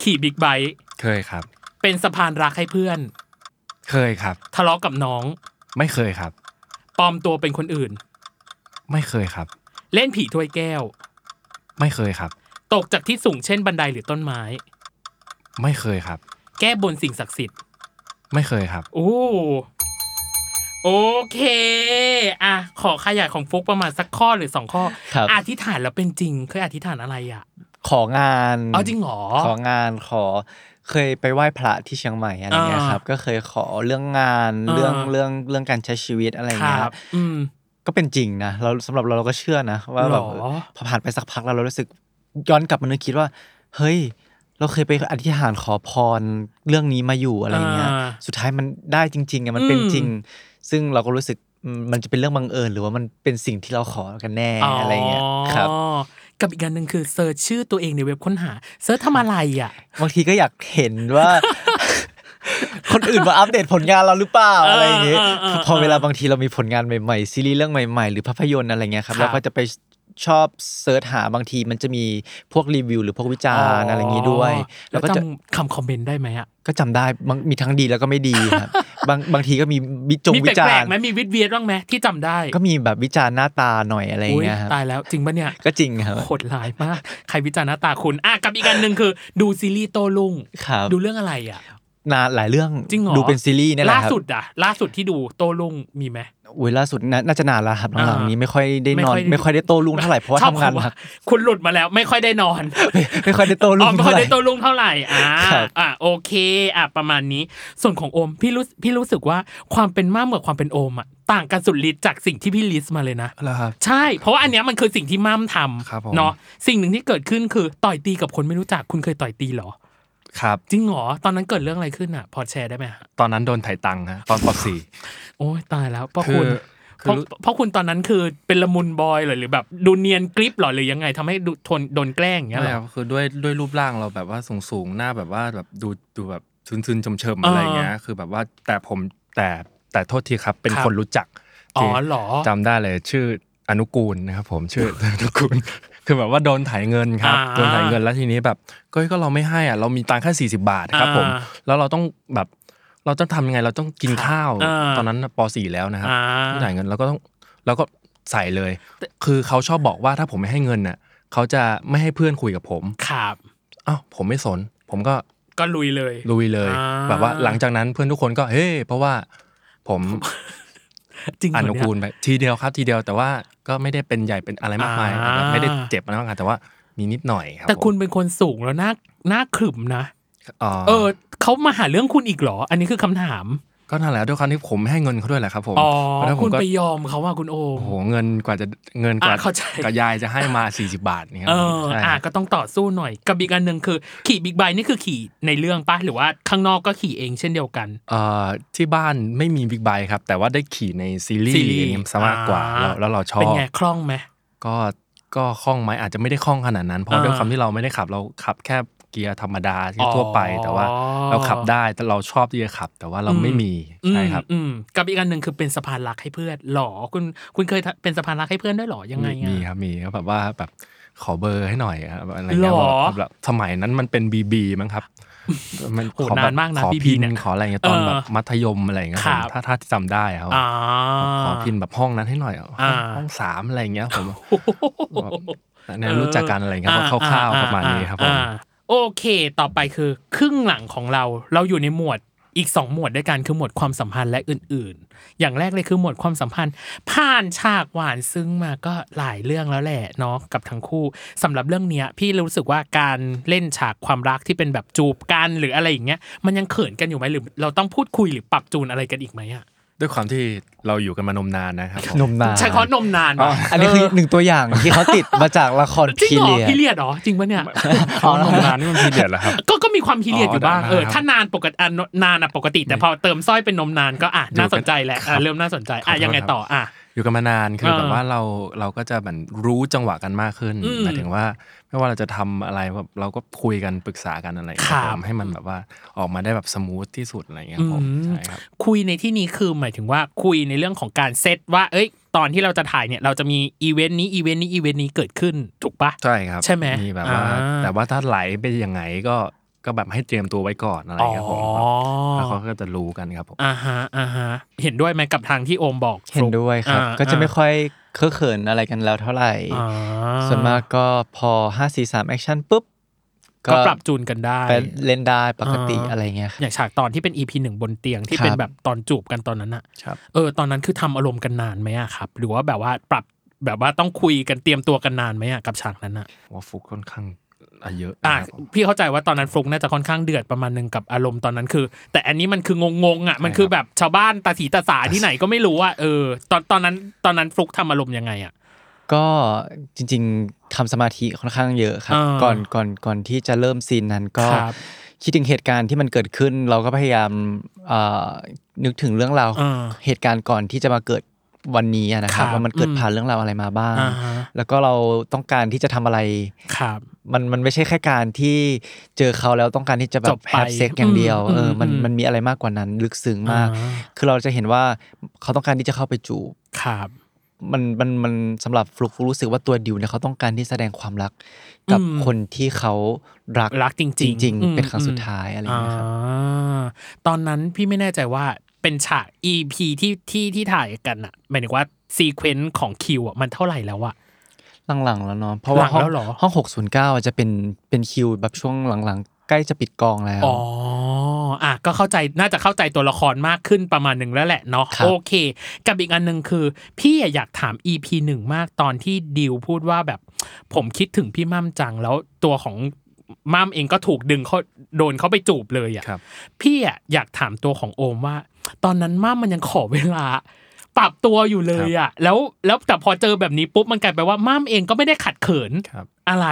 B: ขี่บิ๊กไบค์
C: เคยครับ
B: เป็นสะพานรักให้เพื่อน
C: เคยครับ
B: ทะเลาะกับน้อง
C: ไม่เคยครับ
B: ปลอมตัวเป็นคนอื่น
C: ไม่เคยครับ
B: เล่นผีถ้วยแก้ว
C: ไม่เคยครับ
B: ตกจากที่สูงเช่นบันไดหรือต้นไม้
C: ไม่เคยครับ
B: แก้บนสิ่งศักดิ์สิทธิ
C: ไม่เคยครับ
B: โอ้โอเค อ่ะ ขอขยายของฟุกประมาณสักข้อหรือสองข้อ
D: ครับ
B: อธิษฐานแล้วเป็นจริง เคยอธิษฐานอะไรอ่ะ
D: ของาน
B: เอาจริงเหรอ
D: ของานขอ เคยไปไหว้พระที่เชียงใหม่อะไรเงี้ย
B: อ่า
D: ครับ ก็เคยขอเรื่องงาน
B: อ่า
D: เรื่องเรื่องเรื่องการใช้ชีวิตอะไร
B: ค
D: เงี้ย
B: รับ อืม
D: ก็เป็นจริงนะเราสำหรับเราเราก็เชื่อนะ ว่าแบบ
B: หรอ
D: พอผ่านไปสักพักแล้วเรารู้สึกย้อนกลับมานึกคิดว่า เฮ้ย เราเคยไปอธิษฐานขอพรเรื่องนี้มาอยู่อะไรเงี้ย
B: อ่า
D: สุดท้ายมันได้จริงๆอะมันเป็น
B: อืม
D: จริง ซึ่งเราก็รู้สึกอืมมันจะเป็นเรื่องบังเอิญ หรือว่ามันเป็นสิ่งที่เราขอกันแน่อะไรเงี้ยครับ
B: กับอีกอันหนึ่งคือเซิร์ชชื่อตัวเองในเว็บค้นหาเซิร์ชทำอะไรอ่ะ
D: บางทีก็อยากเห็นว่า คนอื่นมาอัปเดตผลงานเราหรือเปล่าอะไรอย่างเงี้ย
B: เออเออเออ
D: พอเวลาบางทีเรามีผลงานใหม่ๆ ซีรีส์เรื่องใหม่ๆ หรือภาพยนตร์อะไรเงี้ยครับ
B: ครับ
D: เราก็จะไปชอบเซิร์ชหาบางทีมันจะมีพวกรีวิว หรือพวกวิจารณ์อะไรอย่างงี้ด้วย
B: แล้
D: แล้ว ว
B: ก็
D: ก็
B: จะ
D: จะ
B: คำคอมเมนต์ได้ไหมอ่ะ
D: ก็จำได้บางมีทั้งดีแล้วก็ไม่ดี ครับบางบางทีก็มีวิจง
B: มี
D: วิ
B: แป
D: จา
B: ล
D: ร
B: กๆ
D: ณ์
B: ไหมมีวิดเวียดบ้างไหมที่จำได้
D: ก็มีแบบวิจารณ์หน้าตาหน่อยอะไรอย่าง
B: อุ๊ย
D: เงี้ยครับ
B: ตายแล้วจริงปะเนี่ย
D: ก็จริงครับ
B: โหดหลายมากใครวิจารณ์หน้าตาคุณอ่ะกับอีกอันหนึ่งคือ ดูซีรีส์โตลุง
D: ครับ
B: ดูเรื่องอะไรอ่ะ
D: นานหลายเรื่อง
B: จริงเหรอ
D: ดูเป็นซีรีส์เนี่ยแหละค
B: ล่า
D: รับ
B: สุดอ่ะ ล่าสุดที่ดูโตลุงมีไหม
D: โอ้ยล่าสุดน่าน่าจะนานแล้วครับหลัง
B: อ่า
D: ๆนี้ไม่ค่อยได้นอ
B: ไม่
D: น
B: ค่อยได้
D: ไม่ค่อยได้โต้รุ่งเท่าไหร่เพราะว่า
B: ชอบ
D: ทำงาน
B: คำ
D: หนัก
B: คุณหลุดมาแล้ว ไม่ค่อยได้นอน
D: ไม่ไม่ค่อยได้ โต้รุ่
B: อ๋อง ไม่ค่อ
D: เท่า
B: ย
D: ไหร่
B: ได้โตลุงเท่าไหร่ อ่า
D: ครับ
B: อ่าโอเค อ่ะประมาณนี้ ส่วนของโอมพี่รู้พี่รู้สึกว่าความเป็นมั่มกับความเป็นโอมอ่ะต่างกันสุดฤทธิ์จากสิ่งที่พี่ลิสต์มาเลยนะ
C: แล้วครับ
B: ใช่ เพราะว่าอันเนี้ยมันคือสิ่งที่มั่มท
C: ครับผม
B: ำเนาะสิ่งหนึ่งที่เกิดขึ้นคือต่อยตีกับคนไม่รู้จักคุณเคยต่อยตีเหรอ
C: ครับ
B: จริงเหรอตอนนั้นเกิดเรื่องอะไรขึ้นอ่ะ พอแชร์ได้ไหมฮะ
C: ตอนนั้นโดนไถ่ตังค์ฮะตอนปสี่
B: โอ้ยตายแล้วเพราะคุณเพ
C: คือคือ
B: ราะเพราะคุณตอนนั้นคือเป็นละมุนบอยเหรอหรือแบบดูเนียนกริปเหรอหรือยังไงทำให้ดูทนโดนแกล้งอย่างเงี้ยเหรอ
C: ไม่ครับคือด้วยด้วยรูปร่างเราแบบว่าสูงสูงๆหน้าแบบว่าแบบดูดูแบบซึนซึนชมเชิมๆอะไรอย่างเงี้ยคือแบบว่าแต่ผมแต่แต่โทษทีครับ เป็น
B: ครับ
C: คนรู้จัก
B: อ๋อ
C: ที่
B: เหรอ
C: จำได้เลยชื่ออนุกูลนะครับผม ชื่อ อนุกูลคือแบบว่าโดนถ่ายเงินครับ
B: อ่า
C: โดนถ่ายเงินแล้วทีนี้แบบก็ก็เราไม่ให้อ่ะเรามีตังค์แค่40 บาทครับผม
B: อ่า
C: แล้วเราต้องแบบเราต้องทำยังไงเราต้องกินข้าว
B: อ่า
C: ตอนนั้นป .4 แล้วนะครับ
B: อ่า
C: จ่ายเงินแล้วก็ต้องแล้วก็ใส่เลย คือเขาชอบบอกว่าถ้าผมไม่ให้เงินน่ะเขาจะไม่ให้เพื่อนคุยกับผม
B: ครับ
C: อ้าวผมไม่สน ผมก็
B: ก็ลุยเลย
C: ลุยเลย
B: อ่า
C: แบบว่าหลังจากนั้นเพื่อนทุกคนก็เฮ้เพราะว่าผม
B: จริงเหร
C: อ
B: อ
C: นุ
B: เย
C: กูลไปทีเดียวครับทีเดียวแต่ว่าก็ไม่ได้เป็นใหญ่เป็นอะไรมากมาย
B: อ่า
C: แบบไม่ได้เจ็บอะไรมากมายแต่ว่ามีนิดหน่อยครับ
B: แต่คุณ
C: ผม
B: เป็นคนสูงแล้วหน้าหน้าขรึมนะ
C: อ่
B: เออเขามาหาเรื่องคุณอีกเหรอ อันนี้คือคำถาม
C: ก็นั่นแหละด้วยความที่ผมไม่ให้เงินเขาด้วยแหละครับผม
B: อ๋อ
C: เพราะฉะนั้นผ
B: คุณ
C: มก็
B: ไปยอมเขาว่าคุณโอม
C: โอ้โหเงินกว่าจะเงินกว่า
B: อ่ะเข้าใจ
C: กับยายจะให้มา 40 บาทนี่ครับ
B: เออ
C: ใช่
B: อ่ะ
C: ครับ
B: ก็ต้องต่อสู้หน่อย กับอีกอันหนึ่งคือ ขี่บิ๊กไบค์นี่คือขี่ในเรื่องปะหรือว่าข้างนอกก็ขี่เองเช่นเดียวกัน
C: เอ่อที่บ้านไม่มีบิ๊กไบค์ครับ แต่ว่าได้ขี่ในซีรี
B: ซี
C: ส์
B: รีส์
C: ซะมากกว่า
B: อ่า
C: แล้วแล้วเราชอ
B: เป็น
C: บ
B: ไงคล่องไหม
C: ก็ก็คล่องไหมอาจจะไม่ได้คล่องขนาดนั้น เพราะ
B: อ่า
C: ด้วยความที่เราไม่ได้ขับเราขับแค่เกียร์ธรรมดา
B: อ๋อ
C: ทั่วไป แต่ว่าเราขับได้แต่เราชอบที่จะขับ แต่ว่าเราไม่
B: อืม
C: มีใช่ครับ
B: อืมอืมกับอีกอันหนึ่งคือเป็นสะพานรักให้เพื่อนหรอคุณคุณเคยเป็นสะพานรักให้เพื่อนด้วยหรอยังไง
C: มี
B: อะ
C: ครับมีครับแบบว่าแบบขอเบอร์ให้หน่อยครับอะไรเงี้ย
B: หรอ
C: แบบแบบสมัยนั้นมันเป็นบีบีมั้ งครับมัน
B: โห
C: ขอแบบ
B: นานมากนะ
C: ขอ
B: BB
C: พิน
B: เนี่ย
C: ขออะไรเงี้ยตอน
B: เออ
C: แบบมัธยมอะไรเงี้ย
B: ค
C: ผ
B: รั
C: ม
B: บ
C: ถ้าถ้าจำได้ครับ
B: อ่า
C: ขอ พินแบบห้องนั้นให้หน่อย
B: อ่า
C: ห้องสามอะไรอย่างเงี้ยผม
B: โอ้โห
C: เนี่ยรู้จักกันอะไรอย่างเงี้ย
B: อ่
C: คร่าว
B: อ่
C: ๆประมาณนี้ครับผม
B: อ่าโอเค ต่อไปคือครึ่งหลังของเรา เราอยู่ในหมวดอีกสองหมวดด้วยกันคือหมวดความสัมพันธ์และอื่นๆ อย่างแรกเลยคือหมวดความสัมพันธ์ ผ่านฉากหวานซึ้งมาก็หลายเรื่องแล้วแหละเนาะกับทั้งคู่สำหรับเรื่องเนี้ย พี่รู้สึกว่าการเล่นฉากความรักที่เป็นแบบจูบกันหรืออะไรอย่างเงี้ยมันยังเขินกันอยู่ไหมหรือ เราต้องพูดคุยหรือปรับจูนอะไรกันอีกไหมอะ
C: ด้วยความที่เราอยู่กันมานมนานนะครับผม
D: นมนาน
B: ใช้คอนมนานปะ
D: อันนี้คือหนึ่งตัวอย่างที่เขาติดมาจากละคร
B: จริง
D: พี
B: เหรอ
D: เรียด
B: พี่เลียดเหรอจริงปะเนี่ย
C: คำว่านมนานนี่มันพีเดียดเหรอครับ
B: ก็ก็มีความพิเรียดอยู่บ้าง
C: อ๋อได้
B: เออ
C: ครับ
B: ถ้านานปกติอ่ะนานอ่ะปกติ แต่พอเติมสร้อยเป็นนมนานก็อ่ะ
C: อยู่
B: น่าสนใจแหละ
C: ครั
B: อ่ะ
C: บ
B: เริ่มน่าสนใจ
C: ขอ
B: อ่ะ
C: โทษ
B: ยังไง
C: ครับ
B: ต่ออ่ะ
C: อยู่กันมานานคือ
B: เออ
C: แบบว่าเราเราก็จะเหมือนรู้จังหวะกันมากขึ้น
B: อืม
C: หมายถึงว่า ไม่ว่าเราจะทำอะไรแบบเราก็คุยกันปรึกษากันอะไรอย่างเงี้
B: ค
C: ย
B: รับ
C: ผมให้มันแบบว่าออกมาได้แบบสมูทที่สุดอะไรอย่างเงี้ยครับผมใช่ครับ
B: คุยในที่นี้คือหมายถึงว่าคุยในเรื่องของการเซตว่า เอ้ย ตอนที่เราจะถ่ายเนี่ยเราจะมีอีเวนต์นี้อีเวนต์นี้อีเวนต์นี้เกิดขึ้นถูกปะ
C: ใช่ครับ
B: ใช่ไหม
C: มีแบบว่า
B: อ่า
C: แต่ว่าถ้าไหลไปยังไงก็ก็แบบให้เตรียมตัวไว้ก่อนอะไรอ
B: อ๋
C: ย่า
B: อง
C: เงี้ยครับผมแล้วเขาก็จะรู้กันครับผม
B: อ่าฮะอ่าฮะเห็นด้วยไหมกับทางที่โอมบอก
D: เห็นด้วยครับ
B: อ่า
D: ก็จะไม่ค่อยเคอะเขินอะไรกันแล้วเท่าไหร่
B: อ่า
D: ส่วนมากก็พอ 5 4 3 แอคชั่นปุ๊บ
B: ก็ปรับจูนกันได้
D: ไปเล่นได้ปกติ
B: อ่า
D: อะไรเงี้ยครับ
B: อย่างฉากตอนที่เป็น EP หนึ่งบนเตียงที่
D: ครับ
B: เป็นแบบตอนจูบกันตอนนั้นอะ
C: ครับ
B: เออตอนนั้นคือทำอารมณ์กันนานไหมอะครับ หรือว่าแบบว่าปรับแบบว่าต้องคุยกันเตรียมตัวกันนานไหมอะกับฉากนั้นอะ
C: ว่าฟุกค่อนข้างอ่ะเยอะ
B: อ่ะ
C: นะครับผม
B: พี่เข้าใจว่าตอนนั้นฟลุกน่าจะค่อนข้างเดือดประมาณหนึ่งกับอารมณ์ตอนนั้นคือ แต่อันนี้มันคืองงๆอะมันคือแบบชาวบ้านตาสีตาสาที่ไหนก็ไม่รู้อะเออตอนตอนนั้นตอนนั้นฟลุกทำอารมณ์ยังไงอะ
D: ก็จริงๆทำสมาธิค่อนข้างเยอะครับ
B: อ่า
D: ก่อนก่อนก่อนที่จะเริ่มซีนนั้นก็
B: ครับ
D: คิดถึงเหตุการณ์ที่มันเกิดขึ้น เราก็พยายามเอ่อนึกถึงเรื่องราว
B: อ่า
D: เหตุการณ์ก่อนที่จะมาเกิดวันนี้อะนะครับ
B: ครับ
D: ว่ามันเกิด
B: อืม
D: ผ่านเรื่องราวอะไรมาบ้าง
B: อ่าฮะ
D: แล้วก็เราต้องการที่จะทำอะไร
B: ครับ
D: มันมันไม่ใช่แค่การที่เจอเขาแล้วต้องการที่จะแบ
B: จ
D: บบ แฮ
B: ไป
D: ปเซ็กอย่างเดียว
B: อืม
D: เออมัน
B: อืม
D: มันมีอะไรมากกว่านั้นลึกซึ้งมาก
B: อ่า
D: คือเราจะเห็นว่าเขาต้องการที่จะเข้าไปจูบ
B: ครับ
D: มันมันมันสำหรับฟลุกฟลุกรู้สึกว่าตัวดิวเนี่ยเขาต้องการที่แสดงความรัก กับ
B: อืม
D: คนที่เขารัก
B: รักจริงๆ
D: จริง
B: อืม
D: ๆ เป็นครั้งสุด
B: อืม
D: ท้ายอะไรอ
B: อ่
D: ย่างเงี้ยครับ
B: าตอนนั้นพี่ไม่แน่ใจว่าเป็นฉาก EP ที่ที่ที่ถ่ายกันอะหมายถึงว่าซีเควนซ์ของคิวอะมันเท่าไหร่แล้วอะ
D: หลังๆแล้วเนาะเพราะ
B: ห
D: ว่า
B: ลัง
D: ห้อ
B: แล้
D: ง
B: วเหรอ
D: ห้องหกศูนย์เก้าจะเป็นเป็นคิวแบบช่วงหลังๆ ใกล้จะปิดกองแล้ว
B: อ๋ออ่ะก็เข้าใจน่าจะเข้าใจตัวละครมากขึ้นประมาณหนึ่งแล้วแหละเนาะ
D: ครับ
B: โอเค กับอีกอันหนึ่งคือ พี่อะอยากถาม EP หนึ่งมากตอนที่ดิวพูดว่าแบบ ผมคิดถึงพี่มั่มจังแล้วตัวของมั่มเองก็ถูกดึงเขาโดนเขาไปจูบเลย
C: ครั
B: อะ่ะ
C: บ
B: พี่อะอยากถามตัวของโอมว่า ตอนนั้นมั่มมันยังขอเวลา ปรับตัวอยู่เลยอะ่ะ แล้วแล้วแต่พอเจอแบบนี้ปุ๊บมันกลายไปนว่ามั่มเองก็ไม่ได้ขัดเขิน
C: ครับ
B: อะไร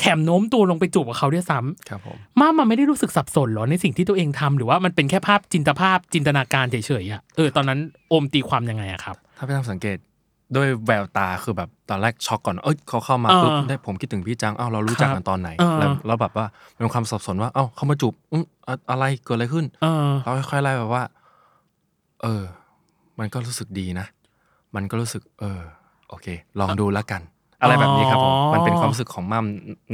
B: แถมโน้มตัวลงไปจูบกับเขาด้วยซ้ำ
C: ครับผม
B: ม่ามันไม่ได้รู้สึกสับสนเหรอในสิ่งที่ตัวเองทำหรือว่ามันเป็นแค่ภาพจินตภาพจินตนาการเฉยๆอ่ะเออตอนนั้นโอมตีความยังไงอะครับ
C: ถ้าไปทำสังเกตด้วยแววตาคือแบบตอนแรกช็อกก่อนเอ้ยเขาเข้ามา
B: อ่า
C: ปุ๊บได้ผมคิดถึงพี่จังอ้าวเรารู้จักกันตอนไหน
B: อ่า
C: แล้วแล้วแบบว่าเป็นความสับสนว่าเอ้าเขามาจูบอืมอะอะไรเกิดอะไรขึ้น
B: เออ
C: เราค่อยๆไล่แบบว่า เออ มันก็รู้สึกดีนะ มันก็รู้สึก เออ โอเค ลองดูแล้วกัน อะไรแบบนี้ครับผม
B: อ๋อ
C: มันเป็นความรู้สึกของมั่ม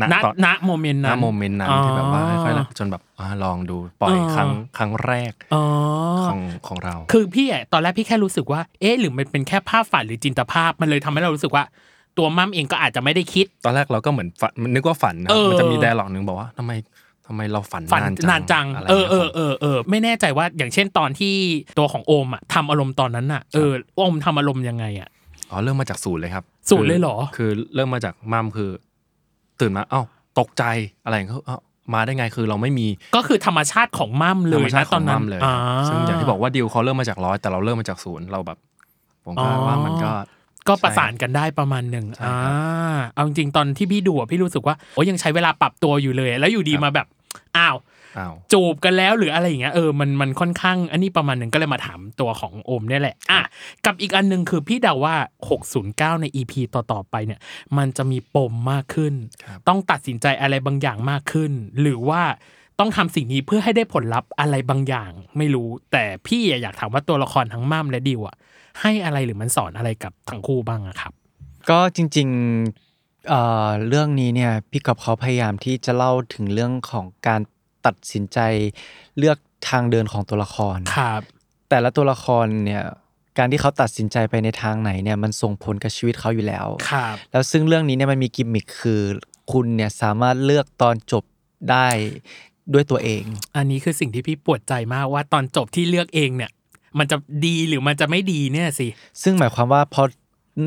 C: ณ
B: ณ
C: ตอน
B: ณโมเมนต์
C: ณ
B: นั้น
C: โมเมนต์นั้น
B: อ๋อ
C: ที่แบบว่าค่อยๆไล่จนแบบอ่าลองดู ปล่อย
B: อ๋อ
C: ครั้งครั้งแรก
B: อ๋อ
C: ของของเรา
B: คือพี่อะตอนแรกพี่แค่รู้สึกว่า เอ๊ะหรือมันเป็นแค่ภาพฝันหรือจินตภาพมันเลยทำให้เรารู้สึกว่า ตัวมั่มเองก็อาจจะไม่ได้คิด
C: ตอนแรกเราก็เหมือนฝันมันนึกว่าฝันนะ
B: เออ
C: มันจะมีแดร์หลอกหนึ่งบอกว่าทำไมทำไมเราฝัน
B: ฝัน
C: นานจัง
B: นานจัง
C: ะไร
B: เออเอ
C: งี้ย
B: อ
C: ครับ
B: เออเออไม่แน่ใจว่าอย่างเช่นตอนที่ตัวของโอมอะทำอารมณ์ตอนนั้นอะเออโอมทำอารมณ์ยังไงอะ
C: อ๋อเริ่มมาจากศูนย์เลยครับ
B: ศูนย์เลยเหรอ
C: คืคือเริ่มมาจากมัมคือ ตื่นมาเอ้าตกใจอะไรอย่างเงี้ยเอ้ามาได้ไงคือเราไม่มี
B: ก็คือธรรมชาติของมั่มเล
C: ธรรม
B: ย
C: ชา
B: นะ
C: ติข
B: ตอ
C: อน ง
B: นั้
C: มัน มเลยครับซึ่งอย่างที่บอกว่าดิวเขาเริ่มมาจากร้อยแต่เราเริ่มมาจากศูนย์เราแบบ ผมก็ว่ามันก็
B: ก็ประสานกันได้ประมาณหนึ่ง
C: ใช่
B: อ่า
C: ครับ
B: เอาจริงๆตอนที่พี่ดูอะพี่รู้สึกว่าโอ้ยังใช้เวลาปรับตัวอยู่เลย แล้วอยู่ดี
C: ครับ
B: มาแบบอ้าว
C: อ้าว
B: จูบกันแล้วหรืออะไรอย่างเงี้ยเออมันมันค่อนข้างอันนี้ประมาณหนึ่งก็เลยมาถามตัวของโอมเนี่ยแหละอ่ะกับอีกอันหนึ่งคือพี่เดาว่า 609 ใน EP ต่อๆไปเนี่ย มันจะมีปมมากขึ้น
C: ครับ
B: ต้องตัดสินใจอะไรบางอย่างมากขึ้น หรือว่าต้องทำสิ่งนี้เพื่อให้ได้ผลลัพธ์อะไรบางอย่างไม่รู้ แต่พี่อะอยากถามว่าตัวละครทั้งม่ามและดิวอะให้อะไรหรือมันสอนอะไรกับทั้งคู่บ้างอะครับ
D: ก็จริงๆเอ่อเรื่องนี้เนี่ยพี่กับเขาพยายามที่จะเล่าถึงเรื่องของการตัดสินใจเลือกทางเดินของตัวละคร
B: ครับ
D: แต่ละตัวละครเนี่ยการที่เขาตัดสินใจไปในทางไหนเนี่ยมันส่งผลกับชีวิตเขาอยู่แล้ว
B: ครับ
D: แล้วซึ่งเรื่องนี้เนี่ยมันมีกิมมิคคือคุณเนี่ยสามารถเลือกตอนจบได้ด้วยตัวเอง
B: อันนี้คือสิ่งที่พี่ปวดใจมากว่าตอนจบที่เลือกเองเนี่ย มันจะดีหรือมันจะไม่ดีเนี่ยสิ
D: ซึ่งหมายความว่าพอ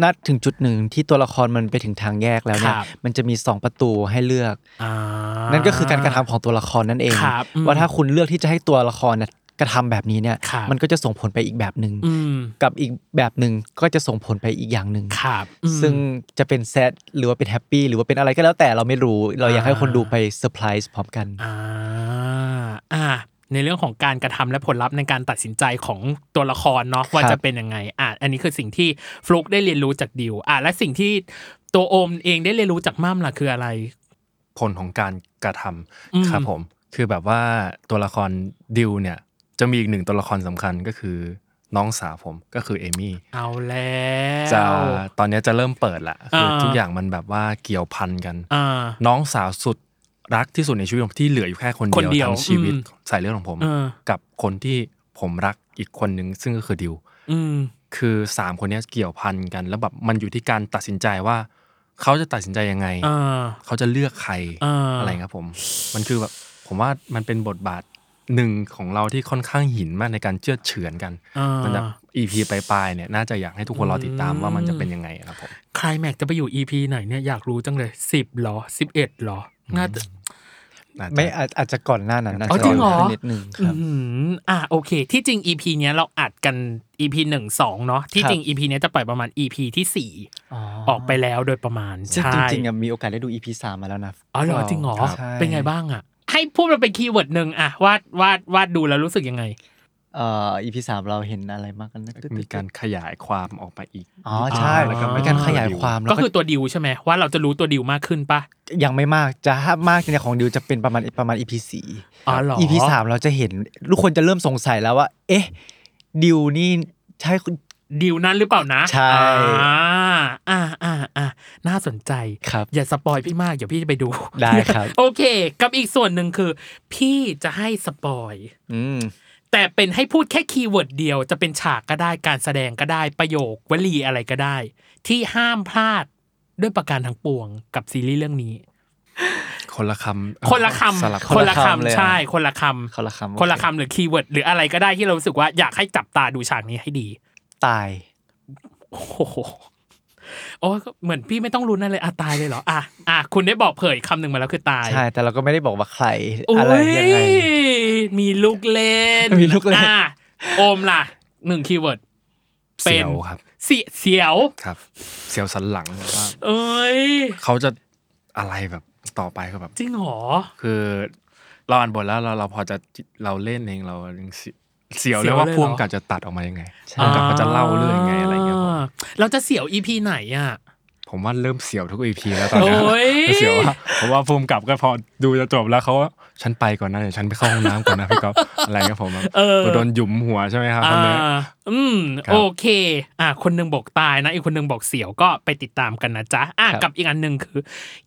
D: นัดถึงจุดหนึ่งที่ตัวละครมันไปถึงทางแยกแล้วเนี่ย
B: ครับ
D: มันจะมีสองประตูให้เลือก
B: อ่า
D: นั่นก็คือการกระทำของตัวละครนั่นเอง
B: ครับอืม
D: ว่าถ้าคุณเลือกที่จะให้ตัวละครน่ะกระทำแบบนี้เนี่ย
B: ครับ
D: มันก็จะส่งผลไปอีกแบบหนึ่ง
B: อืม
D: กับอีกแบบหนึ่งก็จะส่งผลไปอีกอย่างหนึ่ง
B: ครับอืม
D: ซึ่งจะเป็นแซดหรือว่าเป็นแฮปปี้หรือว่าเป็นอะไรก็แล้วแต่เราไม่รู้ เราอยากให้คนดูไปเซอร์ไพรส์พร้อมกัน
B: อ่าอ่า ในเรื่องของการกระทำและผลลัพธ์ในการตัดสินใจของตัวละครเนาะว่าจะเป็นยังไงอ่ะอันนี้คือสิ่งที่ฟลุกได้เรียนรู้จากดิวอ่ะและสิ่งที่ตัวโอมเองได้เรียนรู้จากม่ามล่ะคืออะไร
C: ผลของการกระทำ
B: อืม
C: ครับผม คือแบบว่าตัวละครดิวเนี่ย จะมีอีกหนึ่งตัวละครสำคัญก็คือน้องสาวผมก็คือเอมี่
B: เอาแล้ว
C: จะตอนเนี้ยจะเริ่มเปิดละคืออา ทุกอย่างมันแบบว่าเกี่ยวพันกัน
B: อ่า
C: น้องสาวสุดรักที่สุดในชีวิตผมที่เหลืออยู่แค่คน
B: คนเดี
C: เดี
B: ย
C: ยว วทั้งชีวิต
B: อืม
C: สายเลือดของผม
B: เออ
C: กับคนที่ผมรักอีกคนหนึ่งซึ่งก็คือดิว
B: อืม
C: คือสามคนเนี้ยเกี่ยวพันกัน แล้วแบบมันอยู่ที่การตัดสินใจว่า เขาจะตัดสินใจยังไง
B: อ่า
C: เขาจะเลือกใคร
B: อ่า
C: อะไรครับผม มันคือแบบผมว่ามันเป็นบทบาทหนึ่งของเราที่ค่อนข้างหินมากในการเชื่อดเฉือนกัน
B: อ่า
C: มันแบบ EP ปลายๆเนี่ยน่าจะอยากให้ทุกคนรอติดตามว่ามันจะเป็นยังไงครับผม
B: ใครแม็กจะไปอยู่ EP ไหนเนี่ยอยากรู้จังเลยสิบหรอสิบเอ็ดหรอน่าจะ
C: อาจจะ
D: ไม่อาจอาจจะก่อนหน้านั้น
C: อ๋อ
D: นะาะ
B: จริงเหรอ
D: ก่นน้านิดนึงครับ
B: อืมอ่ะโอเค ที่จริง EP เนี้ยเราอัดกัน EP หนึ่งสองเนาะที่
D: ครับ
B: จริง EP เนี้ยจะปล่อยประมาณ EP ที่สี่ออกไปแล้วโดยประมาณ
D: ซึ่ง
B: ใช่
D: จริงๆอะมีโอกาสได้ดู EP สามมาแล้วนะ
B: อ๋อเหรอจริงเหรอ
D: ใช่
B: เป็นไงบ้างอ่ะ ให้พูดมาเป็นคีย์เวิร์ดหนึ่งอ่ะวาดวาดวาดดูแล้วรู้สึกยังไง
D: เอ่อ EP สามเราเห็นอะไรมากกันนะ
C: มีการขยายความออกไปอีก
D: อ๋อใช่
B: แล้วก็
D: มีการขยายความแล้ว
B: ก็คือตัวดิวใช่ไหมว่าเราจะรู้ตัวดิวมากขึ้นปะ
D: ยังไม่มากจะมากในของดิวจะเป็นประมาณประมาณ EP สี่
B: อ๋อเหรอ
D: EP สามเราจะเห็นทุกคนจะเริ่มสงสัยแล้วว่า เอ๊ะดิวนี่ใช่
B: ดิวนั้นหรือเปล่านะ
D: ใช่
B: อ่าอ่าอ่าอ่าน่าสนใจ
D: ครับ
B: อย่าสปอยพี่มาก เดี๋ยวพี่จะไปดู
D: ได้ครับ
B: โอเค กับอีกส่วนหนึ่งคือ พี่จะให้สปอย
D: อืม
B: แต่เป็นให้พูดแค่คีย์เวิร์ดเดียวจะเป็นฉากก็ได้การแสดงก็ได้ประโยควลีอะไรก็ได้ ที่ห้ามพลาดด้วยประการทั้งปวงกับซีรีส์เรื่องนี้
C: คนละคำ
B: คนละ
C: ส
B: คำ
C: ลับ
D: คนละ
B: ละ
D: คำเล
B: คำ
D: ยอะ
B: ใช่คนละคำ
D: คนละคำโอเค
B: คนละคำหรือคีย์เวิร์ดหรืออะไรก็ได้ที่เรารู้สึกว่าอยากให้จับตาดูฉากนี้ให้ดี
D: ตาย
B: โอ้โหโอ้ยเหมือนพี่ไม่ต้องรุ้นอะไรอะตายเลยเหรออ่ะอ่ะคุณได้บอกเผยคำหนึ่งมาแล้วคือตาย
D: ใช่ แต่เราก็ไม่ได้บอกว่าใคร
B: อุ๊
D: อะไรยังไง
B: มีลูกเล่น
D: มีลูกเล่น
B: อ่ะโอมล่ะหนึ่งคีย์เวิร์ด เป็น
C: เสียวครับ
B: เสียเสียว
C: ครับ เสียวสันหลังแบบว่า
B: เอ้ย
C: เขาจะอะไรแบบต่อไปก็แบบ
B: จริงเหรอ
C: คือเราอ่านบทแล้วเราเราพอจะเราเล่นเองเรายังเสีเสียว
B: เสี
C: เลย ยว ว่า
B: เลยเหรอ
C: พ่วงกับจะตัดออกมายังไงพ่วงกับเขาจะเล่าเรื่องยังไงอะไรเงี้ยผม
B: เราจะเสียวอีพีไหนอ่ะ
C: ผมว่าเริ่มเสียวทุกอีพีแล้วตอนเนี้
B: โอ้ย
C: เสียวว่าเพราะว่าพ่วงกับก็พอดูจะจบแล้วเขาว่าฉันไปก่อนนะเดี๋ยวฉันไปเข้าห้องน้ำก่อนนะพี่ก๊อฟอะไรเงี้ยผมแบบโดนหยุมหัวใช่ไหมครับค
B: อ่าน
C: เนี้ย
B: อืม
C: ครับ
B: โอเค อ่ะคนหนึ่งบอกตายนะ อีกคนหนึ่งบอกเสียวก็ไปติดตามกันนะจ๊ะ อ่ะ
D: ครับ
B: กับอีกอันหนึ่งคือ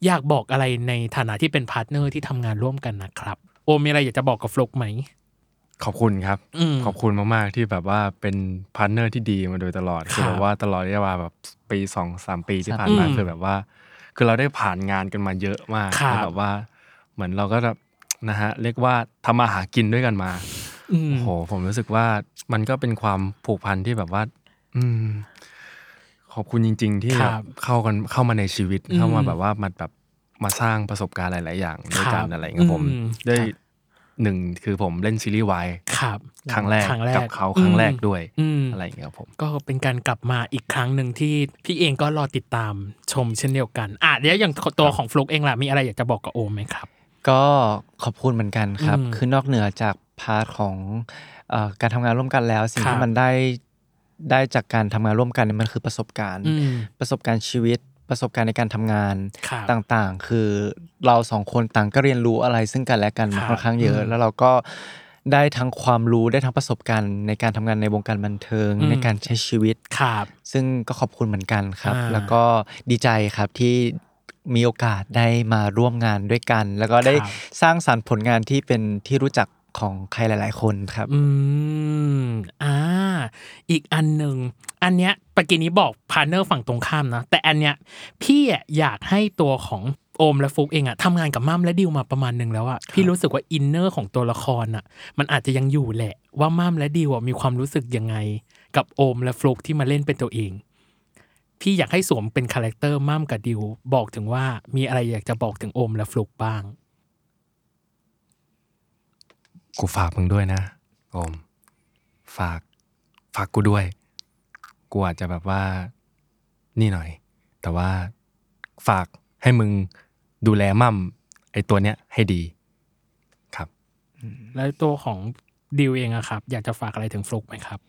B: อยากบอกอะไรในฐานะที่เป็นพาร์ทเนอร์ที่ทำงานร่วมกันนะครับ โอมมีอะไรอยากจะบอกกับฟลุกไหม
C: ขอบคุณครับ
B: อืม
C: ขอบคุณมาก ๆ ที่แบบว่าเป็นพาร์ทเนอร์ที่ดีมาโดยตลอด
B: ครับ
C: คือแบบว่าตลอดระยะเวลาแบบปีสองสามปีที่ผ่านมา
B: อืม
C: คือแบบว่า คือเราได้ผ่านงานกันมาเยอะมาก
B: ครับ
C: แล้วแบบว่า เหมือนเราก็แบบนะฮะเรียกว่าทำมาหากินด้วยกันมา
B: อืม
C: โอ้โหผมรู้สึกว่ามันก็เป็นความผูกพันที่แบบว่า อืม ขอบคุณจริง ๆ ที่
B: ค
C: แบ
B: รั
C: บบ เข้ากันเข้ามาในชีวิต
B: อืม
C: เข้ามาแบบว่ามาแบบมาสร้างประสบการณ์หลาย ๆ อย่างด้วยกั
B: ค
C: น
B: รับ
C: อะไรเงี้ยผม
B: อืม
C: ได้หนึ่งคือผมเล่นซีรีส์วาย
B: ครับ
C: ครั้งแรก
B: ครั้งแรก
C: กับเขาครั้งแรก
B: อืม
C: ด้วย
B: อืม
C: อะไรอย่างเงี้ยครับผม
B: ก็เป็นการกลับมาอีกครั้งหนึ่งที่พี่เองก็รอติดตามชมเช่นเดียวกัน อ่ะแล้วอย่างตัวของฟลุกเองล่ะมีอะไรอยากจะบอกกับโอมไหมครับ
D: ก็ขอบคุณเหมือนกันครับ
B: อืม
D: คือนอกเหนือจากพาร์ทของเอ่อการทำงานร่วมกันแล้ว สิ่ง
B: ครั
D: ที่
B: บ
D: มันได้ได้จากการทำงานร่วมกันเนี่ยมันคือประสบการณ์
B: อืม
D: ประสบการณ์ชีวิต ประสบการณ์ในการทำงาน
B: ครับ
D: ต่างๆ คือเราสองคนต่างก็เรียนรู้อะไรซึ่งกันและกันมา
B: ครับ
D: ค่อนข้างเยอะ
B: อืม
D: แล้วเราก็ได้ทั้งความรู้ได้ทั้งประสบการณ์ในการทำงานในวงการบันเทิง
B: อืม
D: ในการใช้ชีวิต
B: ครับ
D: ซึ่งก็ขอบคุณเหมือนกันครับ
B: อ่า
D: แล้วก็ดีใจครับที่มีโอกาสได้มาร่วมงานด้วยกัน แล้วก็ได้
B: ครับ
D: สร้างสรรค์ผลงานที่เป็นที่รู้จักของใครหลาย ๆ คนครับ
B: อืม อ่า อีกอันหนึ่ง อันเนี้ยปกี้นี้บอกพาร์เนอร์ฝั่งตรงข้ามนะ แต่อันเนี้ยพี่อะอยากให้ตัวของโอมและฟุกเองอะทำงานกับม่ามและดิวมาประมาณหนึ่งแล้วอะพี่รู้สึกว่าอินเนอร์ของตัวละครอะมันอาจจะยังอยู่แหละ ว่าม่ามและดิวอะมีความรู้สึกยังไง กับโอมและฟลุกที่มาเล่นเป็นตัวเอง พี่อยากให้สวมเป็นคาแรคเตอร์ม่ามกับดิวบอกถึงว่ามีอะไรอยากจะบอกถึงโอมและฟลุกบ้าง
C: กูฝากมึงด้วยนะโอม ฝาก ฝากกูด้วย กูอาจจะแบบว่า นี่หน่อย แต่ว่าฝากให้มึงดูแลมั่มไอตัวเนี้ยให้ดี ครับ
B: แล้วตัวของดิวเองอะครับ อยากจะฝากอะไรถึงฟลุกไหมครับ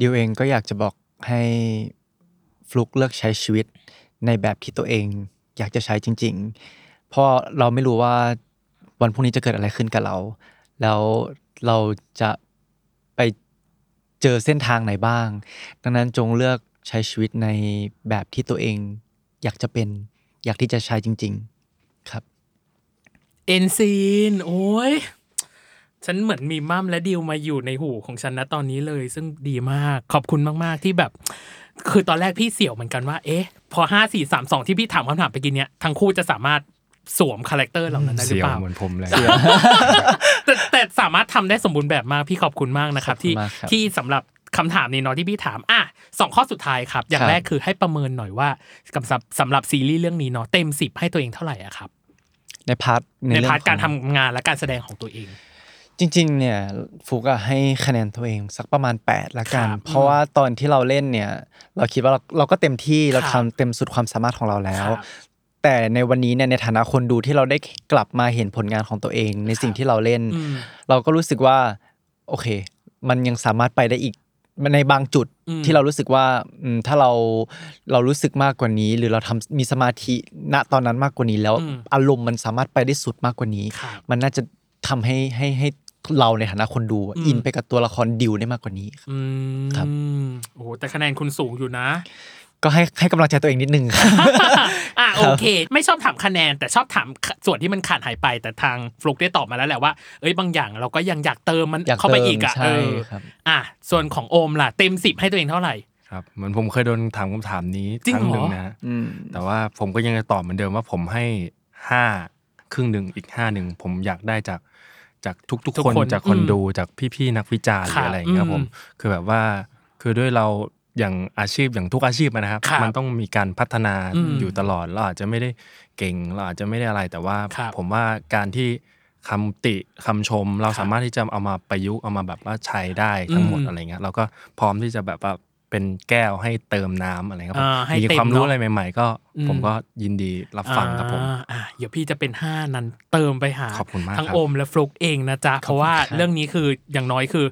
D: ดิวเองก็อยากจะบอกให้ฟลุกเลือกใช้ชีวิตในแบบที่ตัวเองอยากจะใช้จริง ๆ เพราะเราไม่รู้ว่าวันพรุ่งนี้จะเกิดอะไรขึ้นกับเรา แล้วเราจะไปเจอเส้นทางไหนบ้าง ดังนั้นจงเลือกใช้ชีวิตในแบบที่ตัวเอง อยากจะเป็นอยากที่จะใช้จริง ๆ ครับ
B: เอ็นซีน โอ้ย ฉันเหมือนมีมั่มและดิวมาอยู่ในหูของฉันนะตอนนี้เลย ซึ่งดีมากขอบคุณมากๆที่แบบ คือตอนแรกพี่เสี่ยวเหมือนกันว่า เอ๊ะ พอห้าสี่สามสองที่พี่ถามคำถามไปกินเนี้ยทั้งคู่จะสามารถสวมคาแรคเตอร์เหล่านั้นได้หรื
C: เสี
B: อ
C: ยว
B: เปล่า
C: เหมือนผมเลย
B: แต่แต่สามารถทำได้สมบูรณ์แบบมากพี่ขอบคุณมากนะครับ
D: ขอบคุณ
B: ที่
D: มากครับ
B: ที่สำหรับคำถามนี้เนาะที่พี่ถามอ่ะสองข้อสุดท้ายครับ อย่า
D: ครั
B: ง
D: บ
B: แรกคือให้ประเมินหน่อยว่ากับสำสำหรับซีรีส์เรื่องนี้เนาะเต็มสิบให้ตัวเองเท่าไหร่อะครับ
D: ในพาร์ท
B: ใน
D: เอ
B: พาร์ท
D: ง
B: การ
D: ข
B: ทำ
D: อง
B: งานและการแสดงของตัวเอง
D: จริงๆ เนี่ยฟุกอะให้คะแนนตัวเองสักประมาณ 8 ละกัน
B: ครับ
D: เพราะว่าตอนที่เราเล่นเนี่ย เราคิดว่าเราเราก็เต็มที่เรา
B: ครั
D: ทำ
B: บ
D: เต็มสุดความสามารถของเราแล้ว
B: ครับ
D: แต่ในวันนี้เนี่ยในฐานะคนดูที่เราได้กลับมาเห็นผลงานของตัวเอง ในสิ่งที่เราเล่น
B: อืม
D: เราก็รู้สึกว่า โอเค มันยังสามารถไปได้อีกในบางจุด
B: อืม
D: ที่เรารู้สึกว่าอืมถ้าเราเรารู้สึกมากกว่านี้ หรือเราทำมีสมาธิณตอนนั้นมากกว่านี้แล้ว อารมณ์มันสามารถไปได้สุดมากกว่านี้
B: ครับ
D: มันน่าจะทำให้ให้ให้เราในฐานะคนดูอะ
B: อืม
D: อินไปกับตัวละครดิวได้มากกว่านี้ครับ
B: อืม
D: ครับ
B: โอ้โหแต่คะแนนคุณสูงอยู่นะ
D: ก็ให้ให้กำลังใจตัวเองนิดนึงครับ
B: อ่ะโอเค ไม่ชอบถามคะแนน แต่ชอบถามส่วนที่มันขาดหายไป แต่ทางฟลุกได้ตอบมาแล้วแหละว่าเอ้ยบางอย่างเราก็ยังอยากเติมมัน
D: อยาก
B: เข้าไป
D: เติม
B: อีกอ่ะ
D: ใช่
B: เออ
D: ครับ
B: อ่ะส่วนของโอมล่ะเต็มสิบให้ตัวเองเท่าไหร่
C: ครับเหมือนผมเคยโดนถามคำถามนี้
B: จริง
C: ครั้งหนึ่ง
B: เหรอ
C: นะ
D: อืม
C: แต่ว่าผมก็ยังจะตอบเหมือนเดิมว่าผมให้ห้าครึ่งหนึ่งอีกห้าหนึ่งผมอยากได้จากจากทุก
B: ทุก
C: ๆคน
B: คน
C: จากคน
B: อืม
C: ดูจากพี่ๆนักวิจารณ์ห
B: ครั
C: รื
B: บ
C: ออะไรอย่างเงี้ยครับผม
B: อืม
C: คือแบบว่าคือด้วยเราอย่างอาชีพอย่างทุกอาชีพอะนะครับ
B: ครับ
C: มันต้องมีการพัฒนา
B: อืม
C: อยู่ตลอดเราอาจจะไม่ได้เก่งเราอาจจะไม่ได้อะไรแต่ว่า
B: ครับ
C: ผมว่าการที่คำติคำชม
B: ค
C: เรา
B: รับ
C: สามารถที่จะเอามาประยุกต์เอามาแบบว่าใช้ได้ทั้งหมด
B: อืม
C: อะไรเงี้ยเราก็พร้อมที่จะแบบว่าเป็นแก้วให้เติมน้ำอะไรครับผม
B: อ่าให้
C: มี
B: เต็ม
C: ความ
B: เน
C: รู้
B: อะ
C: อะไร ใหม่ๆก็
B: อืม
C: ผมก็ยินดีรับฟังครับผม
B: อ่าอ่ะเดี๋ยวพี่จะเป็น 5 นั้นเติมไปหา
C: ขอบคุณมาก
B: ทั้ง
C: ครับ
B: โอมและฟลุกเองนะจ๊ะ เพราะว่า
C: ครับ
B: เรื่องนี้คืออย่างน้อยคือ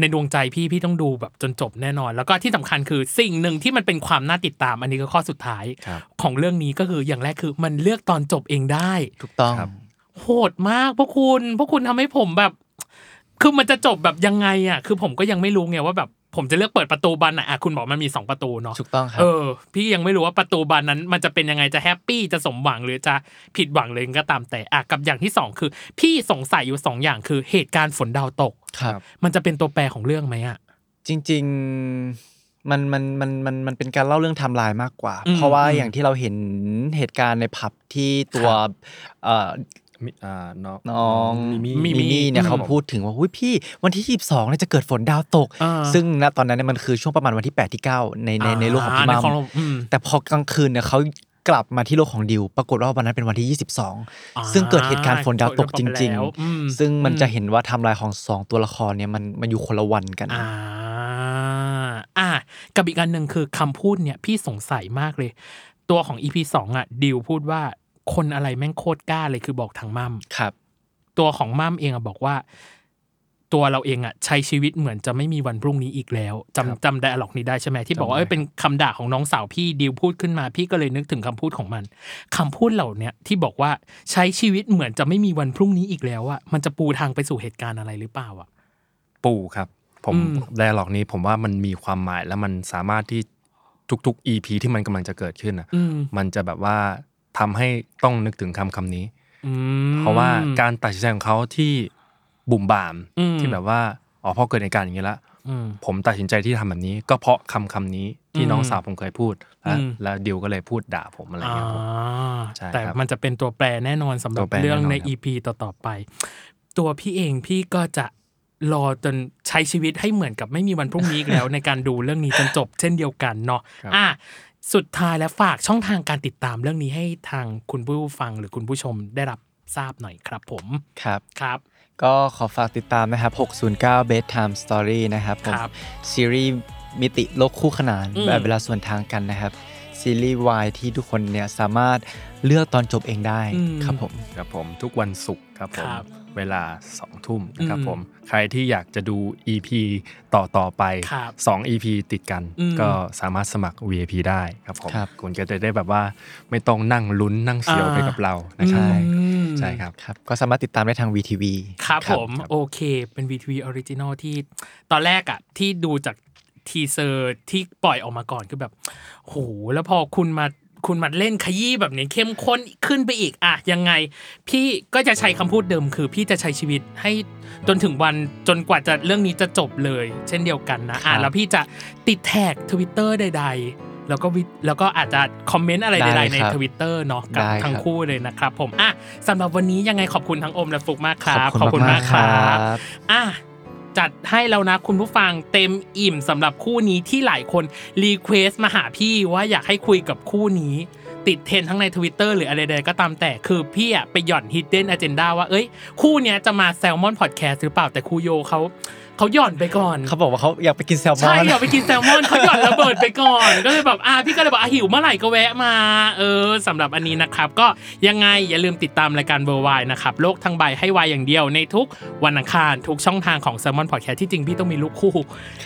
B: ในดวงใจพี่พี่ต้องดูแบบจนจบแน่นอน แล้วก็ที่สำคัญคือสิ่งหนึ่งที่มันเป็นความน่าติดตาม อันนี้ก็ข้อสุดท้าย
C: ครับ
B: ของเรื่องนี้ก็คืออย่างแรกคือมันเลือกตอนจบเองได้
D: ถูกต้อง
C: ครับ
B: โหดมากพวกคุณพวกคุณทำให้ผมแบบ คือมันจะจบแบบยังไงอ่ะ คือผมก็ยังไม่รู้ไงว่าแบบผมจะเลือกเปิดประตูบานไหนอ่ะคุณบอกมันมีสองประตูเนาะ
D: ถูกต้องครับ
B: เออ พี่ยังไม่รู้ว่าประตูบานนั้น มันจะเป็นยังไงจะแฮปปี้จะสมหวังหรือจะผิดหวังเลยก็ตามแต่อ่ะกับอย่างที่สองคือ พี่สงสัยอยู่สองอย่างคือเหตุการณ์ฝนดาวตก
D: ครับ
B: มันจะเป็นตัวแปรของเรื่องไหมอ่ะ
D: จริงๆมันมันมันมันมันเป็นการเล่าเรื่องไทำลายมากกว่า
B: อืม
D: เพราะว่า
B: อืม
D: อย่างที่เราเห็นเหตุการณ์ในผับที่ตัว
B: ครับ
D: เอ่อ
C: มิอ่าน้อง
D: น้อง
C: มิ
B: มิ
C: มิ
B: มิ
D: มี่เนี่ย
C: ครับ
D: เขา
C: ผม
D: พูดถึงว่าอุ้ยพี่วันที่ 22เนี่ยจะเกิดฝนดาวตก
B: อ่า
D: ซึ่งณตอนนั้นเนี่ยมันคือช่วงประมาณวันที่8ที่9ในในในโลกของพี่
B: ใน
D: มัม
B: ของเราอืม
D: แต่พอกลางคืนเนี่ยเขากลับมาที่โลกของดิว ปรากฏว่าวันนั้นเป็นวันที่
B: อ่า
D: 22 ซึ่งเกิดเหตุการณ์ฝนดาวตกจริง
B: แล้วอืม
D: ๆ ซึ่งมันจะเห็นว่าไทำลายของสองตัวละครเนี่ยมันมันอยู่คนละวันกัน
B: อ่าอ่ะกับอีกอันหนึ่งคือคำพูดเนี่ยพี่สงสัยมากเลย ตัวของ EP สองอ่ะดิวพูดว่าคนอะไรแม่งโคตรกล้าเลยคือบอกทางมั่ม
D: ครับ
B: ตัวของมั่มเองอ่ะบอกว่า ตัวเราเองอ่ะใช้ชีวิตเหมือนจะไม่มีวันพรุ่งนี้อีกแล้วจำจำไดอะล็อกนี้ได้ใช่ไหมที่บอกว่า
C: จำได้
B: เอ้ยเป็นคำด่าของน้องสาวพี่ดิวพูดขึ้นมา พี่ก็เลยนึกถึงคำพูดของมันคำพูดเหล่าเนี้ยที่บอกว่าใช้ชีวิตเหมือนจะไม่มีวันพรุ่งนี้อีกแล้วอ่ะมันจะปูทางไปสู่เหตุการณ์อะไรหรือเปล่าอ่ะ
C: ปู่ครับ ผม
B: อืม
C: ไดร์ล็อกนี้ผมว่ามันมีความหมายและมันสามารถที่ทุกๆ EP ที่มันกำลังจะเกิดขึ้นนะ
B: อืม
C: มันจะแบบว่าทำให้ต้องนึกถึงคำคำนี้
B: อืม
C: เพราะว่าการตัดสินใจของเขาที่บุ่มบ่าม
B: อืม
C: ที่แบบว่าอ๋อพอเกิดเหตุการณ์อย่างนี้ละ
B: อืม
C: ผมตัดสินใจที่ทำแบบนี้ ก็เพราะคำคำนี้ที่น้องสาวผมเคยพูดและ
B: อืม
C: และดิวก็เลยพูดด่าผมอะไรอย่างเงี้ยครับผม
B: อ่า
C: ใช่ครับ
B: แต่มันจะเป็นตัวแปรแน่นอนสำหรั
C: ตั
B: บ
C: วแปร
B: เรื่องใน
C: แน่นอนครับ
B: EP ต่อๆไป ตัวพี่เองพี่ก็จะรอจนใช้ชีวิตให้เหมือนกับไม่มีวันพรุ่งนี้อีกแล้ว ในการดูเรื่องนี้จนจบ เช่นเดียวกันเนาะ
C: ครับ
B: อ่ะสุดท้ายแล้วฝากช่องทางการติดตามเรื่องนี้ให้ทางคุณผู้ฟังหรือคุณผู้ชมได้รับทราบหน่อยครับผม
D: ครับ
B: ครับ
D: ก็ขอฝากติดตามนะครับ 609 bedtime story นะครับผม
B: ครับ
D: ซีรีส์มิติโลกคู่ขนาน
B: อืม
D: แบบเวลาส่วนทางกันนะครับ ซีรีส์วายที่ทุกคนเนี่ยสามารถเลือกตอนจบเองได้ครับผม
C: ครับผมทุกวันศุกร์ครับผม
B: ครับ
C: เวลา2ทุ่มนะครับ
B: อืม
C: ผมใครที่อยากจะดู EP ต่อต่อๆไป
B: ครับ
C: 2 EP ติดกัน
B: อืม
C: ก็สามารถสมัคร VIP ได้ครับผม
D: ครับ
C: คุณก็จะได้แบบว่าไม่ต้องนั่งลุ้นนั่งเสียว
B: อ่า
C: ไปกับเรานะครับผม
B: อืม
C: ใช่ครับ
D: ครับ ก็สามารถติดตามได้ทาง VTV
B: ครับผม
C: ครับ
B: โอเคเป็น VTV Original ที่ตอนแรกอะที่ดูจากทีเซอร์ที่ปล่อยออกมาก่อนคือแบบโหแล้วพอคุณมาคุณมาเล่นขยี้แบบนี้เข้มข้นขึ้นไปอีกอะยังไง พี่ก็จะใช้คำพูดเดิมคือพี่จะใช้ชีวิตให้จนถึงวันจนกว่าจะเรื่องนี้จะจบเลย เช่นเดียวกันนะอ่ะ
D: ครับ
B: แล้วพี่จะติดแท็กทวิตเตอร์ใด ๆ แล้วก็วิแล้วก็อาจจะคอมเมนต์อะไร
D: ได้
B: ใด
D: เลย
B: ๆใน
D: ครับ
B: ทวิตเตอร์เนาะกับ
D: ได้
B: ทั้ง
D: ครับ
B: คู่เลยนะครับผมอ่ะสำหรับวันนี้ยังไงขอบคุณทั้งโอมและฟลุกมาก ครับ
D: ขอบคุณมากครับ
B: อ่ะจัดให้แล้วนะคุณผู้ฟังเต็มอิ่มสำหรับคู่นี้ที่หลายคนรีเควสต์มาหาพี่ว่าอยากให้คุยกับคู่นี้ ติดเทรนด์ทั้งใน Twitter หรืออะไรใดก็ตามแต่คือพี่อะไปหย่อน hidden agenda ว่าเอ้ย คู่เนี้ยจะมาแซลมอนพอดแคสต์หรือเปล่าแต่ครูโยเขาเขาหย่อนไปก่อน
D: เขาบอกว่าเขาอยากไปกินแซลมอน
B: ใช่อยากไปกินแซลมอนเขาหย่อนระเบิดไปก่อน ก็เลยแบบอ่ะพี่ก็เลยบอกอ่ะหิวเมื่อไหร่ก็แวะมา เออสำหรับอันนี้นะครับ ก็ยังไงอย่าลืมติดตามรายการเบอร์ไวนะครับโลกทั้งใบให้วายอย่างเดียวในทุกวันอังคารทุกช่องทางของแซลมอนพอดแคสที่จริงพี่ต้องมีลูกคู่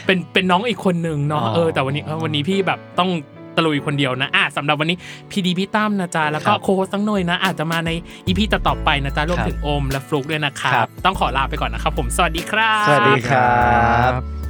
B: เป็นเป็นน้องอีกคนหนึ่งเนาะ
D: อ๋อ
B: เออแต่วันนี้เออวันนี้พี่แบบต้องตะลุยคนเดียวนะอ่ะสำหรับวันนี้พีดีพี่ตั้มนะจ๊ะแล้วก็
D: ครับ
B: โค้ชตั้งหน่อยนะ อาจจะมาในอีพีต่อๆไปนะจ๊ะรวม
D: ครับ
B: ถึงโอมและฟลุกด้วยนะครั
D: ครับ บ
B: ต้องขอลาไปก่อนนะครับผมสวัสดีครับ
D: สวัสดีครับ